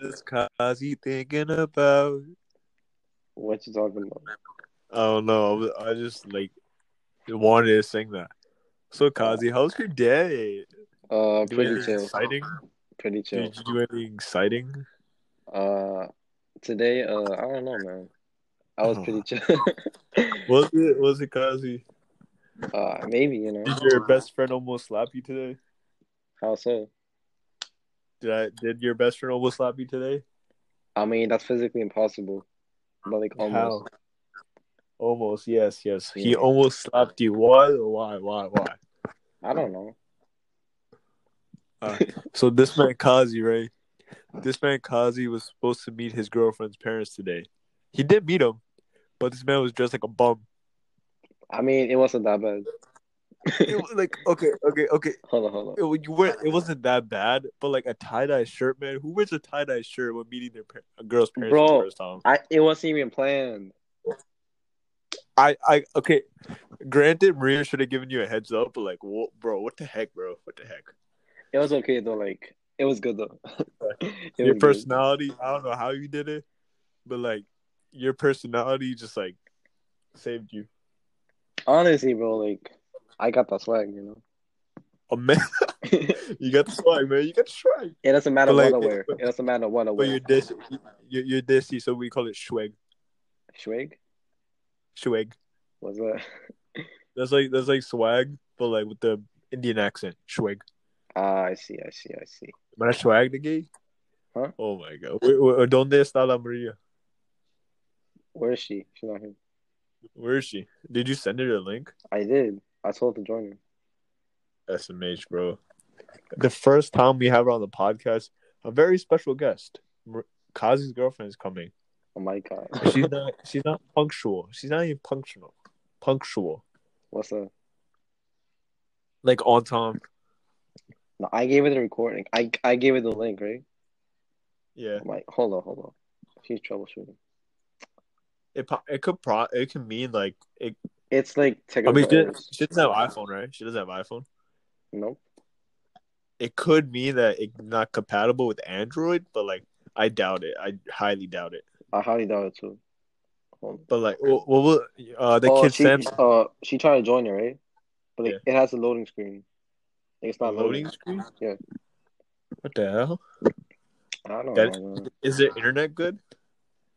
this cause you thinking about? What you talking about? I don't know. I, was, I just like wanted to sing that. So Kazi, how's your day? Uh, Do pretty anything chill. exciting? Pretty chill. Did you do anything exciting? Uh, today, uh, I don't know, man. I was Oh. pretty chill. Was it was it Kazi? uh, maybe you know. Did your best friend almost slap you today? How so? Did I did your best friend almost slap you today? I mean, that's physically impossible. But like almost. How? Almost, yes, yes. He Yeah. almost slapped you. Why? Why? Why? Why? I don't know. So this man Kazi, right? This man Kazi was supposed to meet his girlfriend's parents today. He did meet them, but this man was dressed like a bum. I mean, it wasn't that bad. It was like, okay, okay, okay. Hold on, hold It, wa- you were, it wasn't that bad, but like a tie dye shirt, man. Who wears a tie dye shirt when meeting their par- a girl's parents for Bro. the first time? on. I it wasn't even planned. I, I, okay. Granted, Maria should have given you a heads up, but like, wha- bro, what the heck, bro? What the heck? It was okay though. Like it was good though. It your was good. personality. I don't know how you did it, but like your personality just like saved you. Honestly, bro, like I got that swag, you know. Oh man, you got the swag, man. You got the swag. It doesn't matter But, what like, I wear. but- It doesn't matter what I But you're wear. dis, you're, you're dissy, so we call it swag. Swag Swag. was that? That's like that's like swag, but like with the Indian accent. Swag. Ah, I see, I see, I see. Am I swag the gay? Huh? Oh my god. Where, where, donde está la Maria? Where is she? She's not here. Where is she? Did you send her a link? I did. I told her to join me. SMH, bro. The first time we have her on the podcast, a very special guest. Mar- Kazi's girlfriend is coming. Oh my god. she's not she's not punctual. She's not even punctual. Punctual. What's up? Like on time. No, I gave her the recording. I I gave her the link, right? Yeah. I'm like, hold on, hold on. She's troubleshooting. It po- it could pro it could mean like it It's like I technical mean she, errors. she doesn't have iPhone, right? She doesn't have iPhone. Nope. It could mean that it's not compatible with Android, but like I doubt it. I highly doubt it. I highly doubt it too. Hold on. But like what will uh the oh, kid she, Sam uh, she tried to join it, right? But like, it has a loading screen. Like, it's not loading. loading screen? Yeah. What the hell? I don't That- know. man. Is their internet good?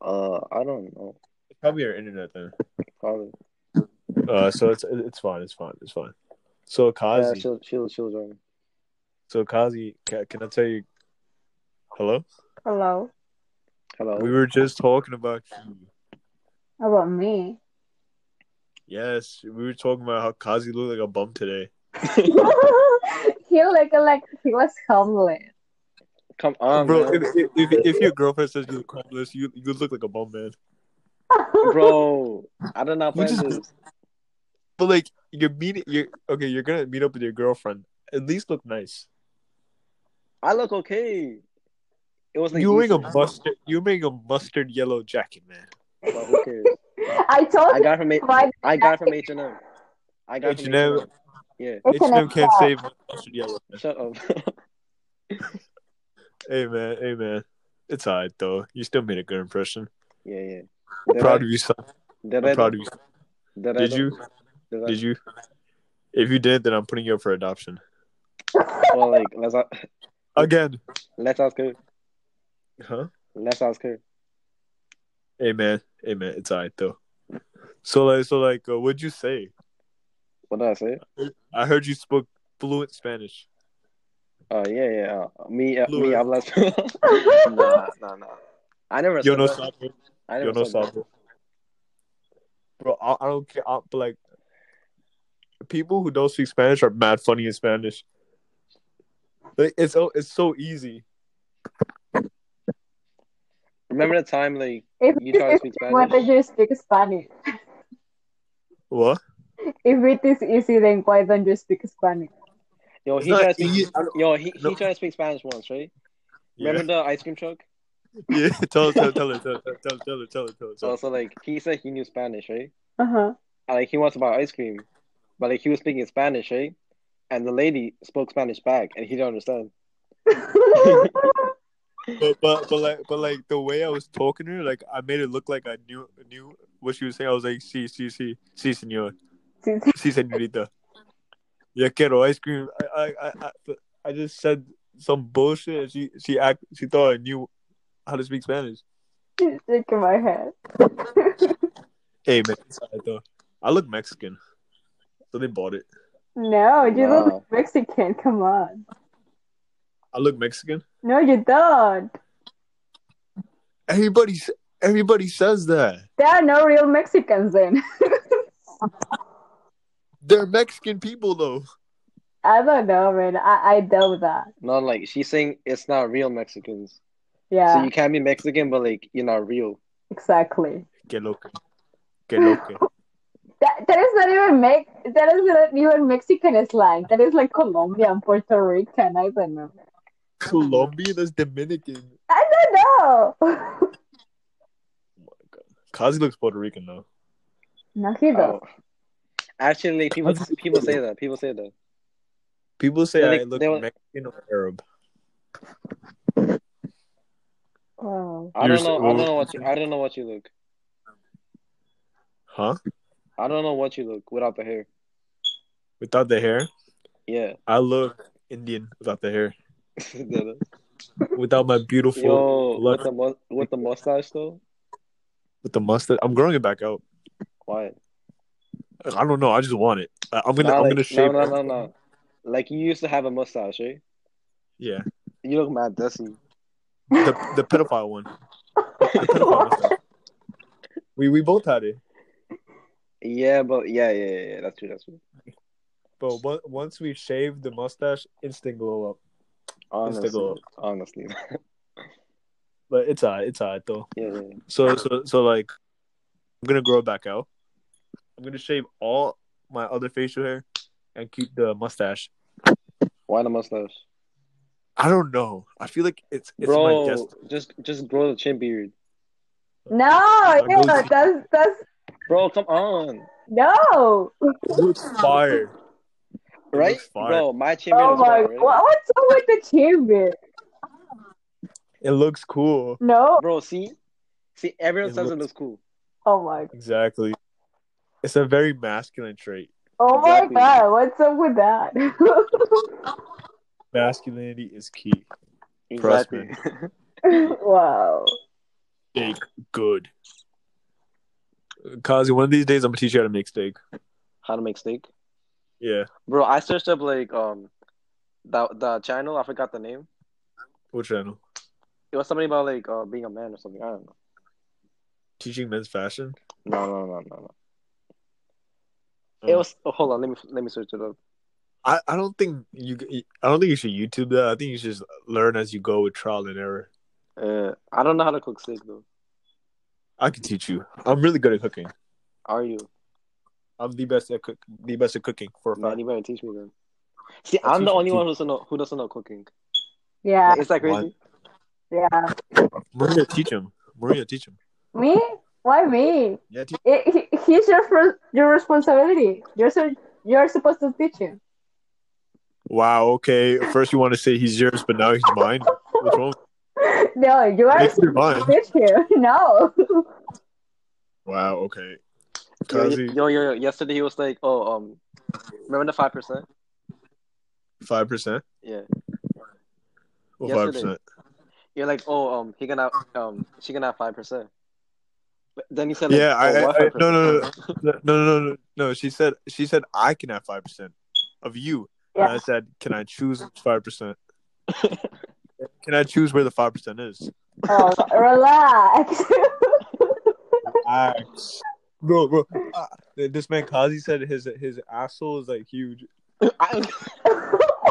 Uh, I don't know. It's probably our internet then. Probably. Uh so it's it's fine, it's fine, it's fine. So Kazi Yeah, she'll, she'll, she'll join. So Kazi, can, can I tell you? Hello. Hello. Hello. We were just talking about you. How about me? Yes, we were talking about how Kazi looked like a bum today. he like like he was homeless. Come on, bro, man. if, if, if, if your girlfriend says you look homeless, you you look like a bum man. bro. I did not You plan just- this. But like you're meeting, you're okay. You're gonna meet up with your girlfriend. At least look nice. I look okay. It was like You're wearing a decent. mustard. You're wearing a mustard yellow jacket, man. But who cares? I told I you got from H- why I got from H and M. I got from H&M. H&M. Yeah. it's an H&M can't extra. save mustard yellow. Man. Shut up. Hey man, hey man. It's alright though. You still made a good impression. yeah, yeah. I'm Did proud of I- you, son. Did I- I'm proud of you. Did, I- Did you? Did, I- Did you? If you did, then I'm putting you up for adoption. Well, like let's a- Again. let's ask her. Huh? Let's ask her. Hey man. Hey man, it's alright though. So like so like uh, what'd you say? What did I say? I heard you spoke fluent Spanish. Oh yeah, yeah. Uh, me, uh, me. Lure. I'm less. nah, nah, nah. I never. Yo said no that. sabo. I never Yo no said that. sabo. Bro, I, I don't care. I, but like people who don't speak Spanish are mad funny in Spanish. Like it's so it's so easy. Remember the time like if You it try to is speak easy, why don't Spanish? you speak Spanish? What? If it is easy, then why don't you speak Spanish? yo It's he not tried to speak, easy. I don't- yo he, no. he tried to speak Spanish once, right? Yeah. Remember the ice cream truck? yeah. Tell her, tell her, tell her, tell her, tell her, tell her, tell her, tell her, tell So, her. so like he said he knew Spanish, right? Uh huh. And, like he wants to buy ice cream, but like he was speaking Spanish, right? And the lady spoke Spanish back, and he didn't understand. but, but but like but like the way I was talking to her, like I made it look like I knew knew what she was saying. I was like, "Si, si, si, si, señor, si, señorita, ya quiero ice cream." I I I, I, I just said some bullshit, and she she act she thought I knew how to speak Spanish. Look at my head. Hey man, it's all right, though. I look Mexican, so they bought it. No, you look Wow. like Mexican. Come on. I look Mexican. No, you don't. Everybody s- everybody says that There are no real Mexicans then. they're Mexican people though. I don't know, man. I, I doubt that. Not like she's saying it's not real Mexicans. Yeah, So you can be Mexican, but like you're not real. exactly. Que loco, que loco. That, that is not even Mex. That is not even Mexican slang. That is like Colombian, Puerto Rican. I don't know. Colombian, that's Dominican. I don't know. Kazi looks Puerto Rican though. no, he Oh. don't. Actually, people people say that. People say that. People say They're I like- look they were- Mexican or Arab. Wow. I You're don't know. so- I don't know what you. I don't know what you look. Huh? I don't know what you look without the hair. Without the hair? Yeah. I look Indian without the hair. Yo, Without my beautiful look with the mu- with the mustache though. with the mustache. I'm growing it back out. Why? I don't know. I just want it. I- I'm gonna Nah, I'm like- gonna shave. No, no, no, no. Like you used to have a mustache, right? Yeah. You look mad dusty. The the pedophile one. The pedophile mustache. We we both had it. Yeah, but yeah, yeah, yeah, yeah. That's true. That's true. But on- once we shave the mustache, instant glow up. Honestly, Instagram. honestly. But it's alright, it's alright though. Yeah, yeah. yeah. So so so like I'm gonna grow it back out. I'm gonna shave all my other facial hair and keep the mustache. Why the mustache, I don't know. I feel like it's it's my bro? destiny. Just just grow the chin beard, No, Our ew, goatee. that's that's bro. Come on, no. It looks fire. It right, looks fire. bro? My chin beard Oh is my! fire, right? What, what's up with the chamber? It looks cool. No. bro. See, see, everyone It says it looks- looks cool. Oh my! Exactly. It's a very masculine trait. Oh Exactly. my God! What's up with that? Masculinity is key. Trust Exactly. wow. Steak good. Kazi, one of these days I'm gonna teach you how to make steak. How to make steak, Yeah. bro? I searched up like um, that the channel. I forgot the name. What channel? It was something about like uh, being a man or something. I don't know. Teaching men's fashion. No, no, no, no, no. Mm. It was. Oh, hold on. Let me let me search it up. I, I don't think you I don't think you should YouTube that. I think you should just learn as you go with trial and error. Uh, I don't know how to cook steak though. I can teach you. I'm really good at cooking. Are you? I'm the best at cook the best at cooking for a Man, fact. you better teach me then. See, I'll I'm the teach you, only teach one who doesn't know who doesn't know cooking. Yeah, Like, is that What? crazy? yeah. Maria teach him. Maria teach him. Me? Why me? Yeah, teach It, he, he's your fir- your responsibility. You're so, you're supposed to teach him. Wow, okay. First you want to say he's yours, but now he's mine. What's wrong? No, you are Makes me supposed mine. to teach him. No. Wow, okay. Yo, Kazi, yo, yo, yo, yesterday he was like, "Oh, um, remember the five percent? five percent Yeah." or Yesterday. five percent. You're like, "Oh, um, he gonna, um, she gonna have five percent." But then he said, like, Yeah, I, oh, I, what I no, 5%? no, no, no, no, no, no. She said, she said, I can have five percent of you. And Yeah. I said, can I choose five percent? Can I choose where the five percent is? Oh, relax. Relax. Bro, bro. Uh, this man Kazi said his his asshole is like huge. I,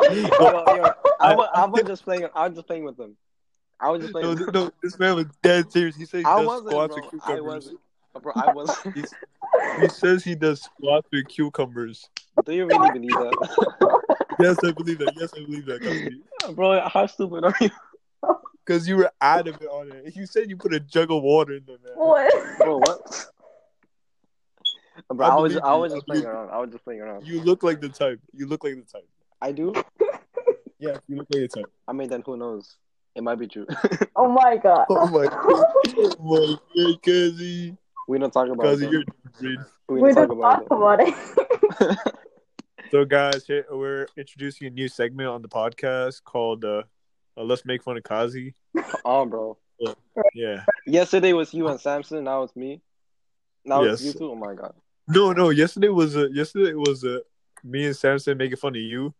yo, yo, I, wa- I was just playing. I was just playing with them. I was just playing. No, th- no, this man was dead serious. He said he I does wasn't, squats bro. with I cucumbers. wasn't, bro. I wasn't. He says he does squats with cucumbers. Do you really believe that, Yes, I believe that. Yes, I believe that, Kazi. bro? How stupid are you, Because you were adamant on it. You said you put a jug of water in there, man. what? bro? What? Bro, I I, was, believe I you. was I just playing believe around. I was just playing around. You look like the type. You look like the type. I do. Yeah, you look like the type. I mean, then who knows? It might be true. Oh my god. Oh my god. Oh my god, Kazi. we don't talk about Kazi, it. you're different. though. we don't talk about it. So, guys, here- we're introducing a new segment on the podcast called uh, uh, Let's Make Fun of Kazi. though. Oh, bro. Yeah. Yesterday was you and Samson. Now it's me. Now it's Yes. you too. Oh my god. No, no. Yesterday was uh, yesterday was uh, me and Samson making fun of you,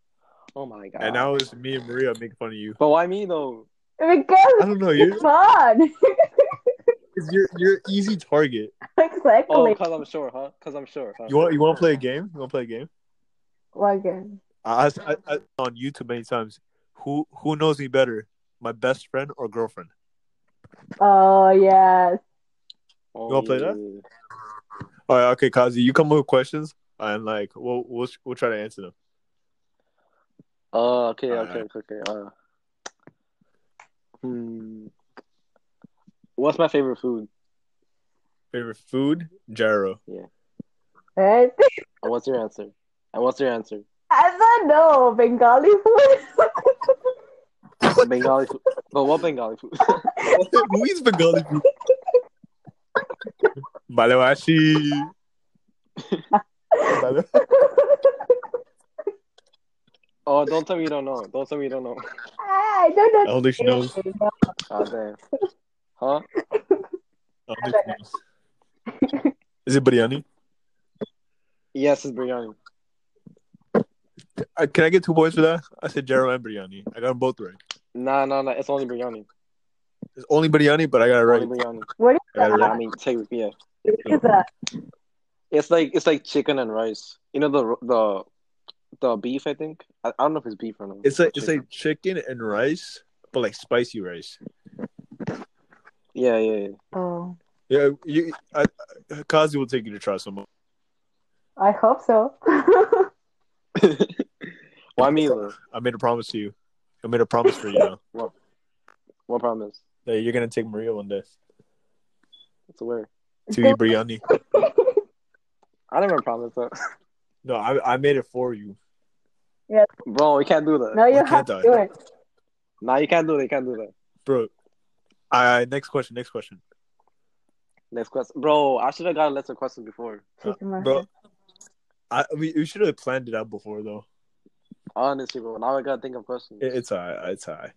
Oh my god. and now it's me and Maria making fun of you. But why me though? I because don't know. You're it's fun. you're, you're easy target. exactly. Oh, cause I'm sure, huh? Cause I'm sure. Huh? You want you want to play a game? You want to play a game? Why again? I, I, I I- on YouTube many times. Who who knows me better, my best friend or girlfriend? Oh yes. Oh, You wanna play that? All right, okay, Kazi, you come up with questions, and like we'll we'll we'll try to answer them. Oh, okay, Alright. okay, okay, okay. Uh, hmm. What's my favorite food? Favorite food, gyro. Right? And what's your answer? And what's your answer? I don't know Bengali food. Bengali food. But what Bengali food? Who eats Bengali food? Balawashi. Bala- oh, don't tell me you don't know. Don't tell me you don't know. I don't I know. don't think she knows. Oh, damn. Huh? I don't think she knows. Is it biryani? Yes, it's biryani. Uh, can I get two points for that? I said gyro and biryani. I got them both right. Nah, nah, nah. It's only biryani. It's only biryani, but I got it right. Only biryani. What is I got it Yeah, I right. mean, take yeah. What is that? It's like it's like chicken and rice. You know the the the beef. I think I, I don't know if it's beef or not. It's like it's Chicken. like chicken and rice, but like spicy rice. yeah, yeah, yeah. Oh, Yeah, you, I, I- Kazi will take you to try some. I hope so. Why me though? I made a promise to you. I made a promise for you now What promise? that you're gonna take Maria one day It's where. to eat biryani. I never promised that. No, I I made it for you. Bro, we can't do that. no, you Why have can't to I? do it. Nah, you can't do that. You can't do that. bro. I I- next question, next question, Next question. Bro, I should have got a lesser question before. bro. I we, we should have planned it out before though. Honestly, bro. Now I gotta think of questions. It, it's high, it's high.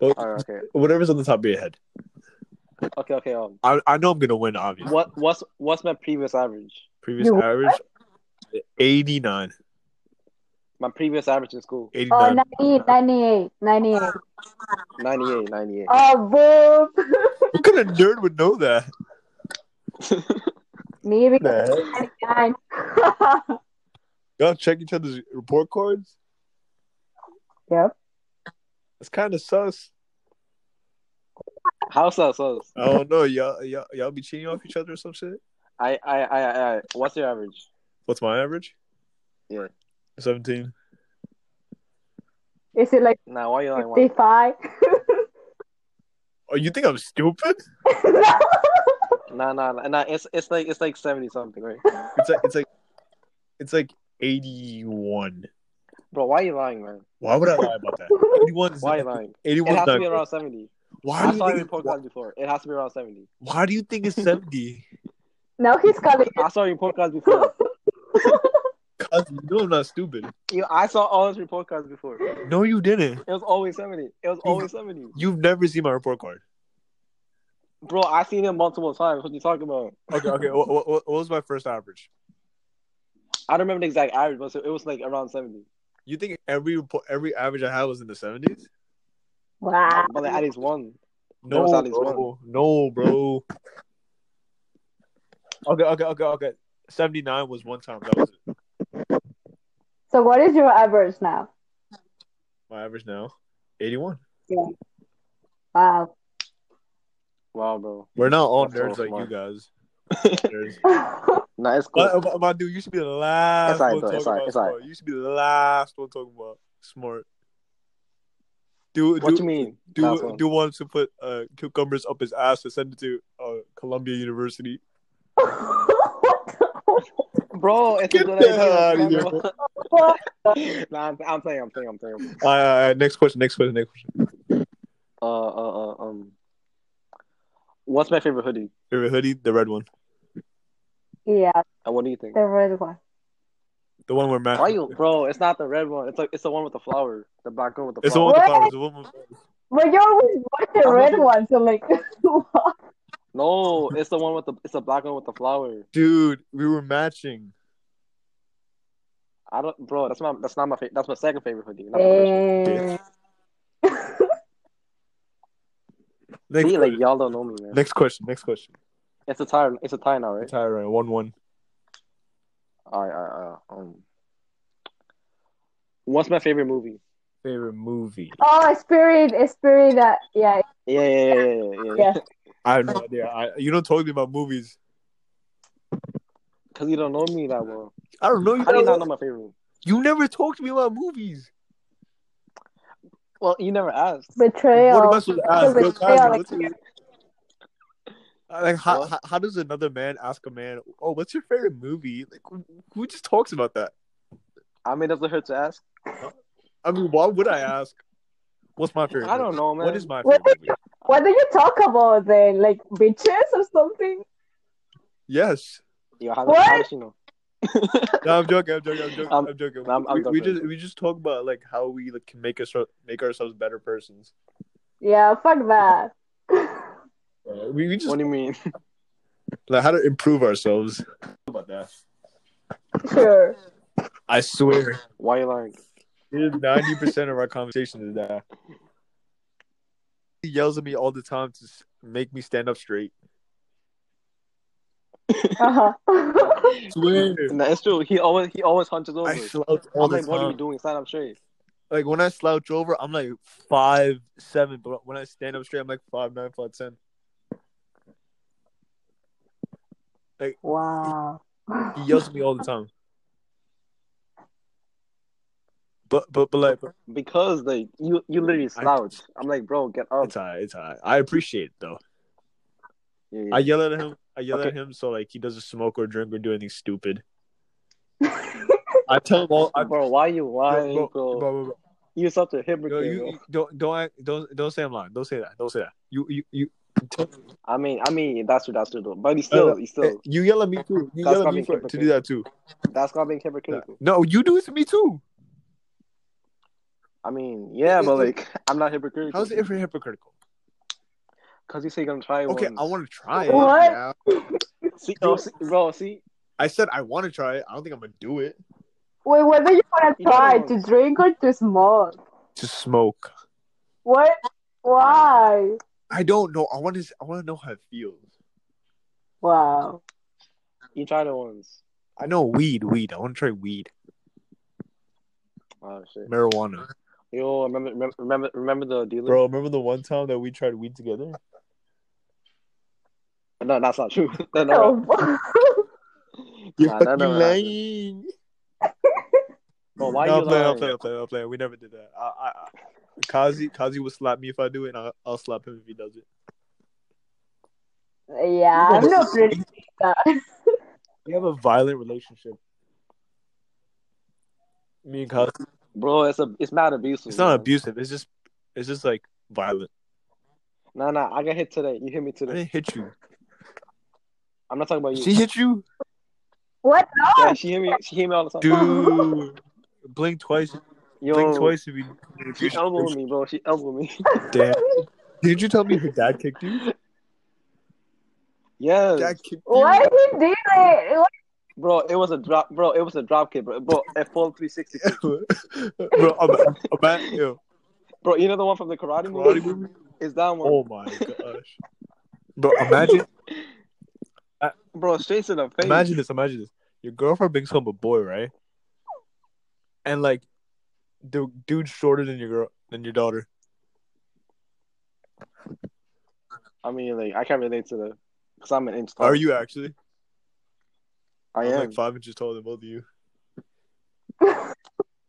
But Alright, okay. whatever's on the top of your head, Okay, okay. Um I I know I'm gonna win. Obviously, what what's what's my previous average? previous You what? average eighty nine, My previous average in school. eighty Oh, nine. 98, 98, 98. 98, 98. Oh, boop. what kind of nerd would know that? Maybe The 99. Y'all check each other's report cards. yep. It's kind of sus. How's that? So I don't know. Y'all, y'all, y'all be cheating off each other or some shit. I, I I I I- what's your average? What's my average? Yeah. Seventeen. Is it like Nah, why you like one? 55? Oh, you think I'm stupid? no. Nah, nah, nah, nah. It's it's like it's like seventy something, right? It's like it's like it's like eighty one. Bro, why you lying, man? Why would I lie about that? Eighty one. Why you lying? Eighty It one. has to be around seventy. Why I do saw you your think? report cards before. It has to be around seventy. Why do you think it's seventy? Now he's calling. I saw your report cards before. Cause you know I'm not stupid. You, I saw all his report cards before. It No, you didn't. was always seventy. It was always seventy. You've never seen my report card. Bro, I seen him multiple times. What you talking about? Okay, okay. what, what, what was my first average? I don't remember the exact average, but it was like around seventy. You think every report, every average I had was in the seventies? Wow. But like at least one. There No, was at least bro. No, bro. Okay, okay, okay, okay. Seventy nine was one time. That was it. So what is your average now? my average now. Eighty one. Wow. Wow, bro. We're not all nerds That's so like you guys. Nerds. Nah, it's cool. My, my- my dude, you should be the last It's alright, one bro. talking It's alright. about It's alright. smart. You should be the last one talking about smart. Do do what you mean? Last do, one. do wants to put uh, cucumbers up his ass to send it to uh, Columbia University. what the Bro, it's Get a good the idea. hell outta here, bro. fuck? nah, I'm, I'm playing. I'm playing. I'm playing. Uh, next question. Next question. Next question. Uh, uh, uh, um, what's my favorite hoodie? Favorite hoodie, the red one, Yeah, And Uh, what do you think? the red one. the one where Matt. Why you, bro? It's not the red one. It's like it's the one with the flower, the black one with the It's the flower. one with the What? flowers. The one with But you always bought the I'm red not- one, so like, No, it's the one with the it's the black one with the flower. Dude, we were matching. I don't, bro. That's my that's not my favorite. That's my second favorite hoodie. Not my first. eh, Next, See, like question. y'all don't know me, man. next question. Next question. It's a tie. It's a tie now, right? Retire right. One one. All right, all right, all right. Um, what's my favorite movie? Favorite movie? oh, spirit, eh, spirit. Uh, yeah, Yeah, yeah, yeah, yeah, yeah. yeah. I have no idea. I, you don't talk me about movies. Cause you don't know me that well. I don't know. You, How do you not know my favorite movie? you never talk to me about movies. Well, you never asked. Betrayal. What am I supposed to ask? It's a What kind of- betrayal. what's your- Like how, What? how how does another man ask a man, "Oh, what's your favorite movie?" Like who- who just talks about that? I mean, does it hurt to ask? I mean, why would I ask? What's my favorite? I don't movie? know, man. What is my What favorite is- movie? What do you talk about then? Like bitches or something? Yes. Yo, how, What? how does she know? No, I'm joking. I'm joking. I'm joking. Um, I'm joking. I'm- I'm we, we joking. just we just talk about like how we like can make us make ourselves better persons. Yeah, fuck that. Uh, we, we just What do you mean? like how to improve ourselves. How about that? Sure. I swear, Why you lying? ninety percent of our conversations is that. He yells at me all the time to s- make me stand up straight. Uh huh. Swear. No, it's true. He always he always hunches over. I I'm slouch all the like, what are you time. doing? Stand up straight. Like when I slouch over, I'm like five seven, but when I stand up straight, I'm like five nine, five ten. wow. He yells at me all the time. But but but like but Because like you you literally I- slouch. I'm like, bro, get up. it's alright, it's alright. I appreciate it though. Yeah, yeah. I yell at him. I yell at Okay. him so like he doesn't smoke or drink or do anything stupid. I tell him all. I, bro, why you lying, bro, bro? bro, bro, bro. You're such a Yo, hypocrite. you, bro. you- don't don't act- don't don't say I'm lying. Don't say that. Don't say that. You you you. I mean, I mean, that's true, that's true, though. But he still, he still, eh, you yell at me too. You yell That's at not me being for, to do hypocritical. that too. that's not being hypocritical. No, you do it to me too. I mean, yeah, It- but it- like, I'm not hypocritical. How's it hypocritical? Because you say you're gonna try Okay, once. I want to try it. What? yeah. See, oh, see, bro, see, I said I want to try it. I don't think I'm gonna do it. Wait, what do you want to You know try? what? To drink or to smoke? To smoke. What? Why? I don't know. I want to. I want to know how it feels. Wow. you tried it once. I know weed. Weed. I want to try weed. Oh shit. Marijuana. Yo, remember, remember, remember, remember the dealer? Bro, remember the one time that we tried weed together? No, that's not true. no, no, Oh, You're Nah, that fucking never happened. lying. Bro, why no, you I'm playing, I'm lying? playing, I'm playing, I'm playing. We never did that. I, I, I, Kazi, Kazi would slap me if I do it, and I'll, I'll slap him if he does it. yeah, I'm not pretty. We have a violent relationship. Me and Kazi. bro. It's a, it's not abusive. It's not man. abusive. It's just, it's just like violent. No, no, I got hit today. You hit me I today. didn't hit you. I'm not talking about you. She hit you, What? yeah, she hit me. She hit me all the time. dude. Blink twice. Yo, Blink twice if you. she elbowed me, bro. She elbowed me. Damn. Did you tell me her dad kicked you? yes, Dad kicked you. Why he did it? What? bro. It was a drop, bro. It was a drop kick, bro. Bro, a full 360, kick. bro, I'm, I'm, yo, bro. You know the one from the karate, karate movie? movie? It's that one, Oh my gosh. Bro, imagine bro. Straight to the face. imagine this, imagine this. Your girlfriend brings home a boy, right? And like the dude's shorter than your girl than your daughter. I mean, like, I can't relate to that because I'm an inch. tall. Are you actually? I am am. like five inches taller than both of you.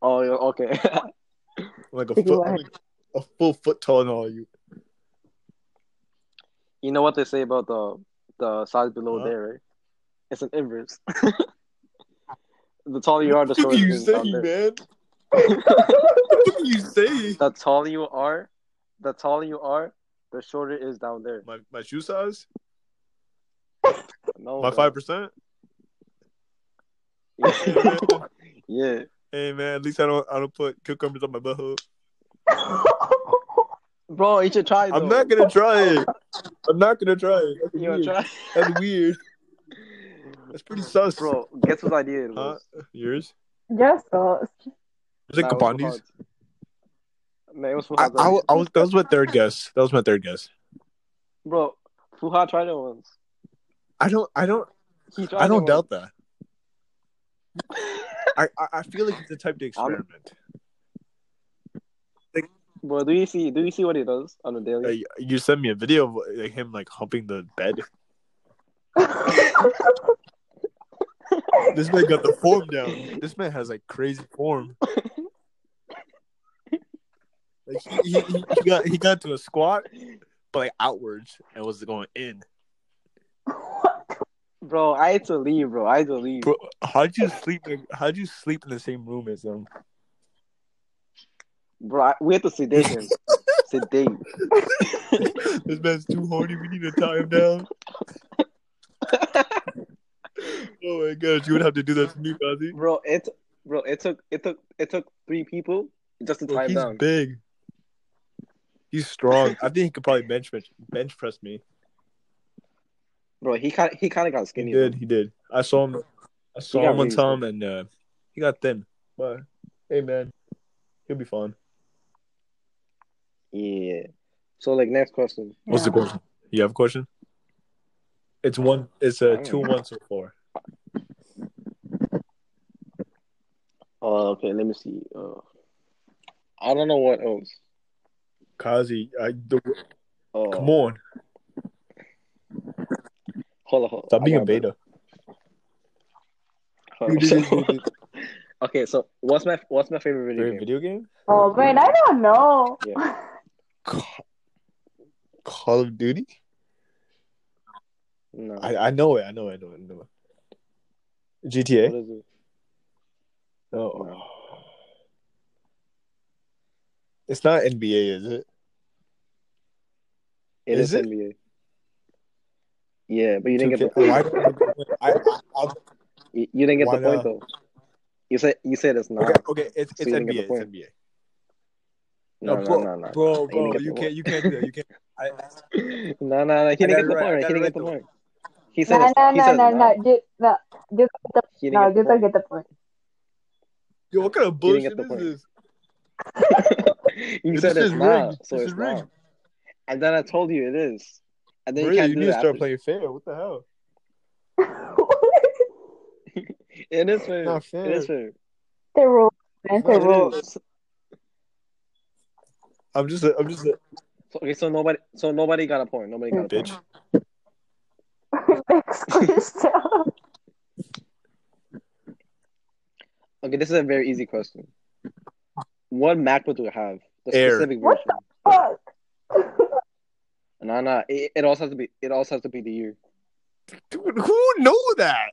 oh, yeah, okay. I'm like a You foot are. I'm like a full foot taller than all of you. you know what they say about the the size below Huh? there, right? It's an inverse. the taller you are, the What the fuck shorter are you saying, man? what the fuck you are. are you saying? The taller you are, the taller you are, the shorter it is down there. My my shoe size? No, My bro. five percent? Yeah. yeah. Hey man, at least I don't I don't put cucumbers on my butthole. Bro, you should try I'm though. not gonna try it. I'm not gonna try it. That's You wanna weird. try? That's, weird. That's pretty sus. Bro, guess what I did? Huh? was- Yours? Just so. Is it Nah, was Capondi's? Fuhad. Nah, it was I, Fuhad. I, I was that was my third guess. That was my third guess. Bro, Fuhad tried it once. I don't I don't He tried I it don't once. doubt that. I, I I feel like it's a type to experiment. Bro, do you see? Do you see what he does on a daily? Like, you sent me a video of like, him like humping the bed. This man got the form down. This man has like crazy form. Like he, he, he he got he got to a squat, but like outwards and was going in. Bro, I had to leave, bro. I had to leave. Bro, how'd you sleep? in- How'd you sleep in the same room as him? Bro, I, we had to sedate him. sedate. This man's too horny. We need to tie him down. oh my gosh, you would have to do that to me, Kazi. Bro, it bro, it took it took it took three people just to tie him he's down. big. He's strong. I think he could probably bench bench, bench press me. Bro, he kind he kind of got He skinny. did. He did. I saw him. I saw He got him one really time, and uh, he got thin. But hey, man, he'll be fine. though. Yeah. So like next question. What's the Yeah. question? You have a question? It's one. It's a Damn. two one so far. Oh, okay. Let me see. Uh, I don't know what else. Kazi, I, the, Uh, come on, Hold on. Hold on. stop being I a got beta. that. Hold on. So- okay, so what's my what's my favorite video Favorite game? video game? Oh man, I don't know. Ca- Call of Duty. No. I, I know it. I know it. I know it. I know it. GTA. What is it? Oh. No. It's not NBA, is it? It Is is, it? NBA. Yeah, but you didn't get 2K? the Why don't I, I, I, you, you didn't get Why the point not? though. You said you said it's not. okay, okay, it's it's So you didn't get NBA. It's the point. NBA. No, bro, no, no, no. bro, didn't bro, get you the can't, you can't do that. You can't. I, No, no, no. He I got didn't get it the right, I point. got it right, He didn't get the though. point. He said No, it's, no, he said no, it's no, not. no. Did no, did the He didn't no, get the did I point. get the point? yo, what kind of You bullshit didn't get the is point. this? You This said is it's not, rigged. so This it's is rigged. not. And then I told you it is. And then Bro, you you, can't do need to that. start after- playing fair. What the hell? It is fair. Not It is fair. fair. the rules, man. The Not It rules. is. I'm just, a, I'm just a So, okay, so nobody, so nobody got a point. Nobody got a point. bitch. Next question. Okay, this is a very easy question. What MacBook do you have? The Air. specific What version. Fuck. No, no. It, it also has to be. It also has to be the year. Dude, who knew that?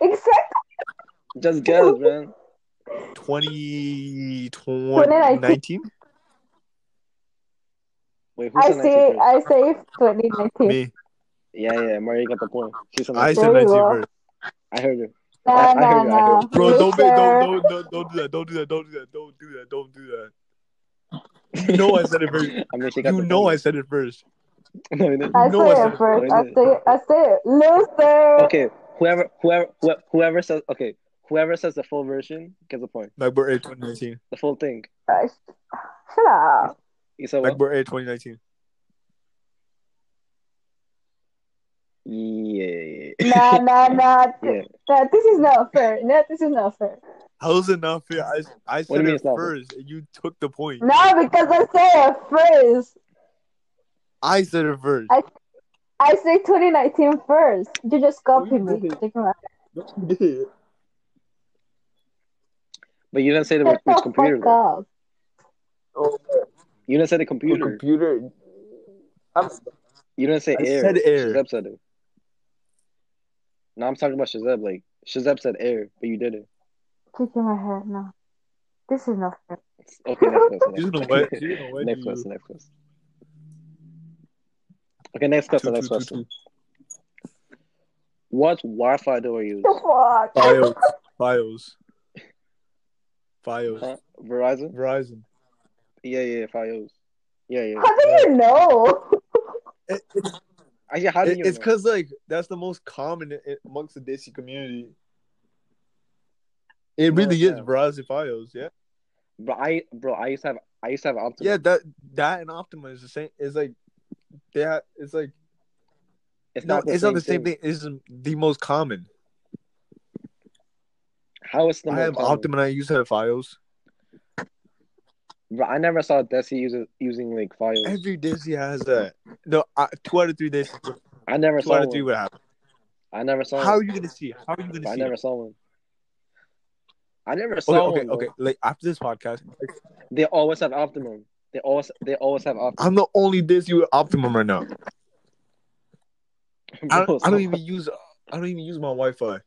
Exactly. Just guess, man. 20, 2019. 19? Wait, who's I the say 19th? I say 2019. Me. Yeah, yeah. Mario got the point. She's I I, said There you 19 go. first. I heard you. I- Nah, I nah, heard you, I heard nah. you. Bro, don't, be, Loser. don't, don't, don't, don't do that. Don't do that. Don't do that. Don't do that. Don't do that. You know I said it first. I mean, she got You the know I point. said it first. No, you didn't. I No, I say said- it first. I Wait a say it. I say it. Loser. Okay, whoever, whoever, whoever, whoever says okay, whoever says the full version gets a point. MacBook Air 2019. The full thing. Gosh. Shut up. You said what? MacBook Air 2019. Yeah. Nah, nah, nah. Yeah. Nah, this is not fair. No, this is not fair. How is it not fair? I, I said What do you mean it it's not fair? first. and You took the point. No, because I say it first. I said it first. I- I say 2019 first. You just copied No, you me. didn't. Take my- But you didn't say the Shut which the computer. fuck though. up. Oh, You didn't say the computer. computer. You didn't say I air. said air. Shazab said it. No, I'm talking about Shazab. Like Shazab said air, but you didn't. Kick in my head. No, this is not fair. Next. Okay, next question. She's gonna Next, wet. She's gonna wet next you. question. Next question. Okay, next question. Two, two, Next two, question. two. What Wi-Fi do I use? Fuck. Files. Files. Files. Huh? Verizon. Verizon. Yeah, yeah, Fios. Yeah, yeah. How do you know? It, it's Actually, how do you? it's know? because like that's the most common i- amongst the Desi community. It No, really it's is not. Verizon Files. Yeah. Bro, I bro, I used to have I used to have Optima. Yeah. That that and Optima is the same. It's like that. It's like it's no, not the it's same not the same thing. It's the most common. How is the I most have common? Optima and I use her files. Bro, I never saw Desi use using like Fios. Every Disney has that. No, I, two out of three days. Two I never saw out of three one. would happen. I never saw. How are one. you gonna see? it? How are you I gonna see? never it? saw one. I never saw Okay, okay, one. bro. okay. Like after this podcast, like, They always have Optimum. They always they always have Optimum. I'm the only Disney with Optimum right now. I Bro, don't, I don't so even use. I don't even use my Wi-Fi.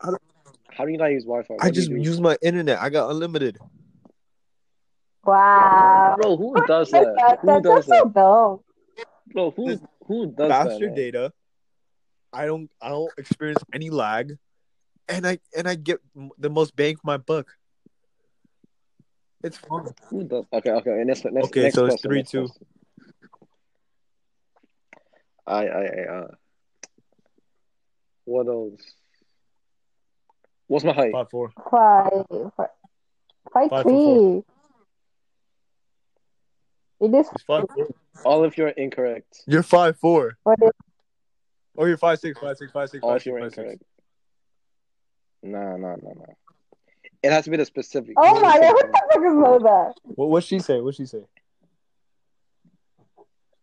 How do you not use Wi-Fi? What I do you just do? use my internet. I got unlimited. Wow. Bro, who does that? That's, Who does that's so that? dumb. Bro, who This- who does that? Faster man? data. I don't. I don't experience any lag, and I and I get m- the most bang for my buck. It's fun. Who does? Okay, okay. okay, Next, next, Okay, next so it's question, three, next two. question. I, I, I. Uh, what else? What's my height? Five four. Five. fi- Five, Five for three. It is It's five four. All of you are incorrect. You're five four. what is Oh, you're five six, five six, five six, All five of six, you are five, six. incorrect. No, no, no, no. It has to be the specific. Oh my god, what the fuck is all that? What what she say? What she say?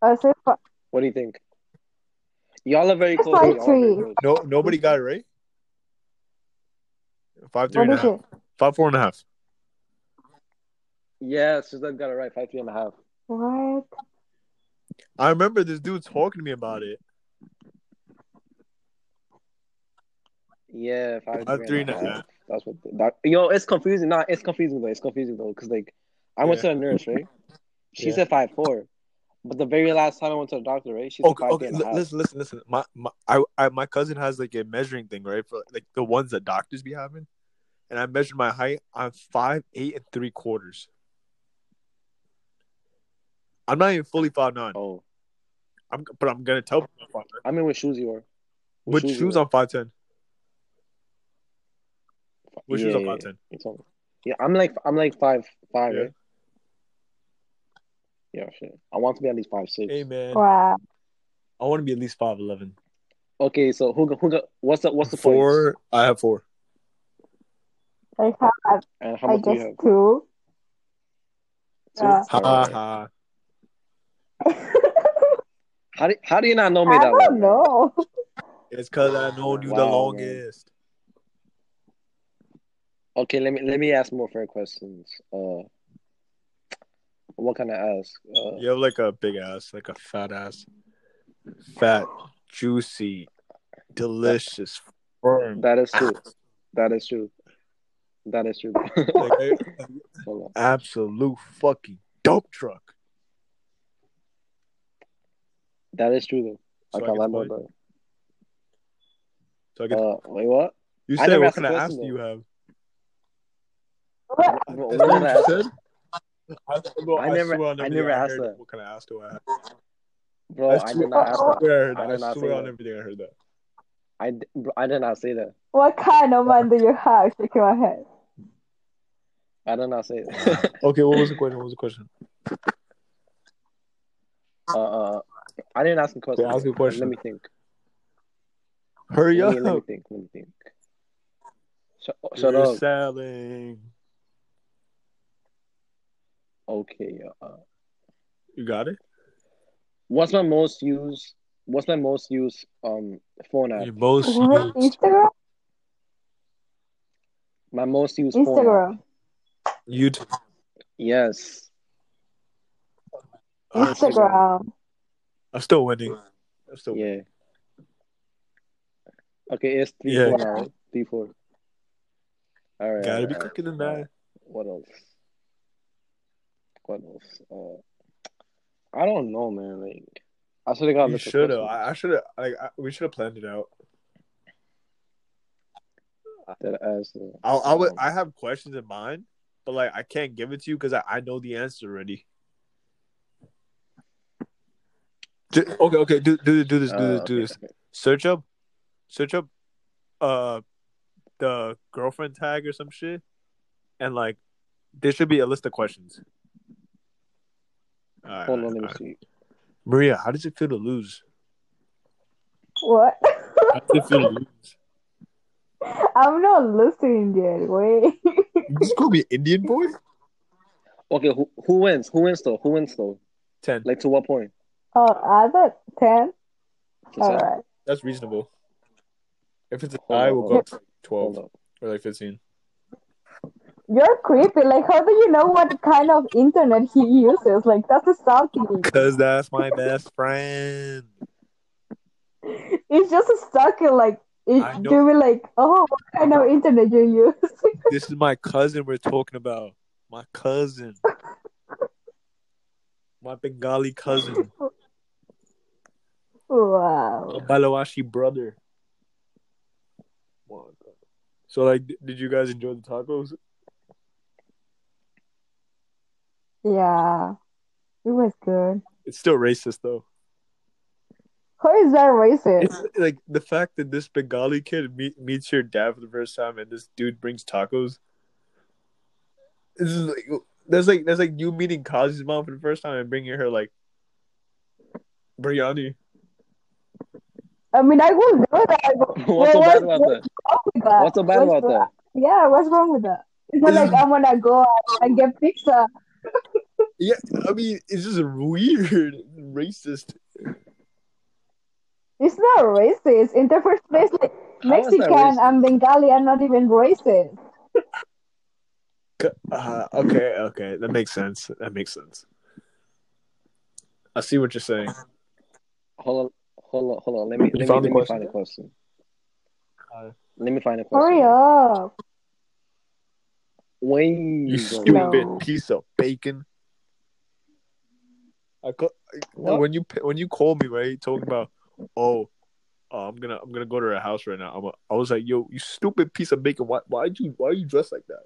I said fi- What do you think? Y'all are very It's close. five, y'all are very three. No, close. nobody got it right. Five three what and a is half. it? Five four and a half. Yeah, Suzanne got it right. Five, three and a half. What? I remember this dude talking to me about it. Yeah, five, Five, three and a half. That's what. That, yo, it's confusing. Nah, it's confusing though. It's confusing though, cause like I went Yeah. to a nurse, right? She Yeah. said five four, but the very last time I went to the doctor, right? She said Okay, five okay. three and a li- half. Listen, listen, listen. My, my, I, I, my cousin has like a measuring thing, right? For like the ones that doctors be having, and I measured my height. I'm five eight and three quarters. I'm not even fully five nine. Oh, I'm, but I'm gonna tell people I'm 5'9". I mean, what shoes you are? With shoes you shoes, wear. I'm five ten. With shoes, Yeah, I'm yeah, five ten. It's all- Yeah, I'm like I'm like five five. Yeah. Right? Yeah, shit. I want to be at least five six. Hey man, Wow. I want to be at least five eleven. Okay, so who got- who got what's the what's the points? Four. I have four. I have and how I much do you guess uh, have? two. Two? Yeah. Ha All ha right. ha. How do how do you not know me I that well? don't know. It's because I known you the Wow, longest. Okay, let me let me ask more fair questions. Uh, what can I ask? Uh, You have like a big ass, like a fat ass, fat, juicy, delicious, firm. That is true. That is true. That is true. Like, a- Hold on. absolute fucking dope truck. That is true though. So I I can't get lie the about point. that. So I get- Uh, wait, what? you I said never what asked kind the of ass question, do you have? What, Is that what did I ask? what you said? I, bro, I I never- swear on I everything never asked heard, that. What kind of ass do I have? Bro, I did not ask that. swear, I I, did not say swear on that. everything I heard that. I, d- bro, I did not say that. What kind of man do you have? Shaking my head. I did not say that. Okay, what was the question? What was the question? uh, uh, I didn't ask a question. ask a question. Let me think. Hurry Let me, let me up. think. Let me think. Shut, shut You're up. selling. Okay. Uh, You got it? what's my most used? What's my most used um phone app? Your most Is it used- Instagram? My most used phone. App. Instagram. you'd Yes. Ah, Instagram. Instagram. I'm still winning. I'm still winning. Yeah. Okay, it's three Yeah. four now. Three four. All right. Gotta all be right. quicker than that. what else? What else? Uh, I don't know, man. Like, I should have got. You should have. I should have. Like, I, we should have planned it out. That as uh, I, I would. I have questions in mind, but like, I can't give it to you because I, I know the answer already. Do, okay, okay. Do do do this. Do this. uh, Do okay, this. okay. Search up, search up, uh, the girlfriend tag or some shit, and like, there should be a list of questions. All right, Hold all on, let me right. see. Maria, how does it feel to lose? What? How does it feel to lose? Uh, I'm not listening yet. Wait. You just call me Indian boy? Okay, who who wins? Who wins though? Who wins though? Ten. Like to what point? Oh, I thought ten. To All ten? right. That's reasonable. If it's a Hold tie, on, we'll hold go up to like Hold twelve up. or like fifteen. You're creepy. Like, how do you know what kind of internet he uses? Like, that's stalking. Cause that's my best friend. It's just stalking. Like, I it, know. you be like, oh, what kind of internet you use? This is my cousin we're talking about. My cousin. My Bengali cousin. wow. My Balawashi brother. So like d- did you guys enjoy the tacos? Yeah. It was good. It's still racist though. How is that racist? It's like the fact that this Bengali kid meet, meets your dad for the first time, and this dude brings tacos. This is like that's like that's like you meeting Kazi's mom for the first time and bringing her like biryani. I mean, I will do that. But What's so Well, bad about that? what's- wrong with that? What's so bad What's about wrong- that? Yeah, what's wrong with that? It's not like I'm gonna go out and get pizza. Yeah, I mean it's just weird, racist. It's not racist. In the first place, like How is that Mexican racist? and Bengali are not even racist. Uh, okay, okay, that makes sense. That makes sense. I see what you're saying. Hold on, hold on, hold on. Let me let me, found let the me question? find a question. Uh, Let me find a question. Hurry up. When You you go- stupid No. piece of bacon. I call, What? when you when you called me right, talking about oh, uh, I'm gonna I'm gonna go to her house right now. I'm a, I was like, yo, you stupid piece of bacon. Why why you why you dressed like that?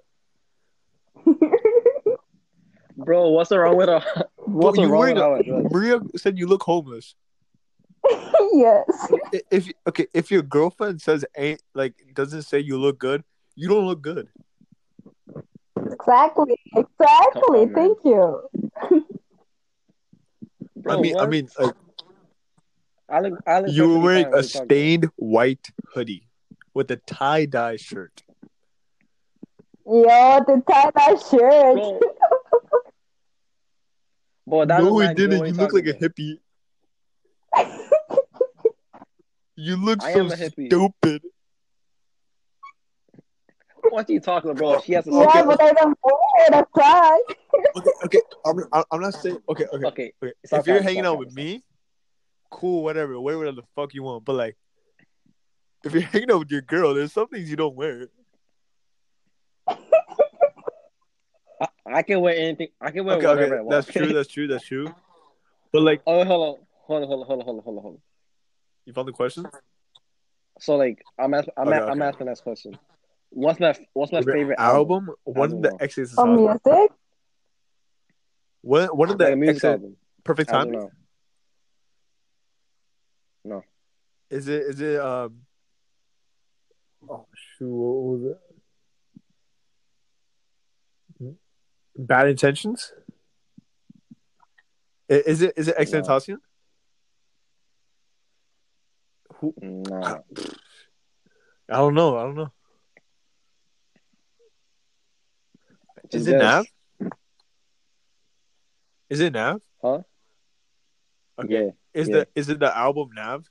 bro, what's wrong with our what's Bro, you wrong with wearing our a- dress? Maria said you look homeless. yes. I- If okay, if your girlfriend says ain't like doesn't say you look good, you don't look good. Exactly. Exactly. man. Thank you. Bro, I mean I what? mean like, Alex, Alex you were perfectly wearing a fine when you talk to him. stained white hoodie with a tie dye shirt. Yo, the tie dye shirt. Bro, Bro, that no, is it not good didn't. when You you look talking like a to him. hippie. You look I so am a hippie. stupid. What you talking about, bro? She has a yeah, Okay. but I don't wear it. That's why. Okay, okay. I'm, I'm- I'm not saying. Okay, okay. Okay, okay. Stop if you're that, hanging stop out that, with stop me, cool, whatever. Wear whatever the fuck you want. But like, if you're hanging out with your girl, there's some things you don't wear. I, I can wear anything. I can wear Okay, whatever I okay. want. That's true. That's true. That's true. But like, Oh, hold on, hold on, hold on, hold on, hold on, hold on, hold on. you found the question. So like, I'm ask, I'm, Okay, a- I'm okay. asking this question. What's my what's my favorite album? album? One of the know. X's is For album. music. One one of Like a the music X's. album. Perfect I don't time. know. Is it? Is it? Um. Oh shoot! What was it? Bad intentions. I- Is it? Is it No. Extentacion? Ah, Nah. I don't know. I don't know. Is it Just guess. Nav? Is it Nav? Huh? Okay. Yeah. Is yeah. the is it the album Nav?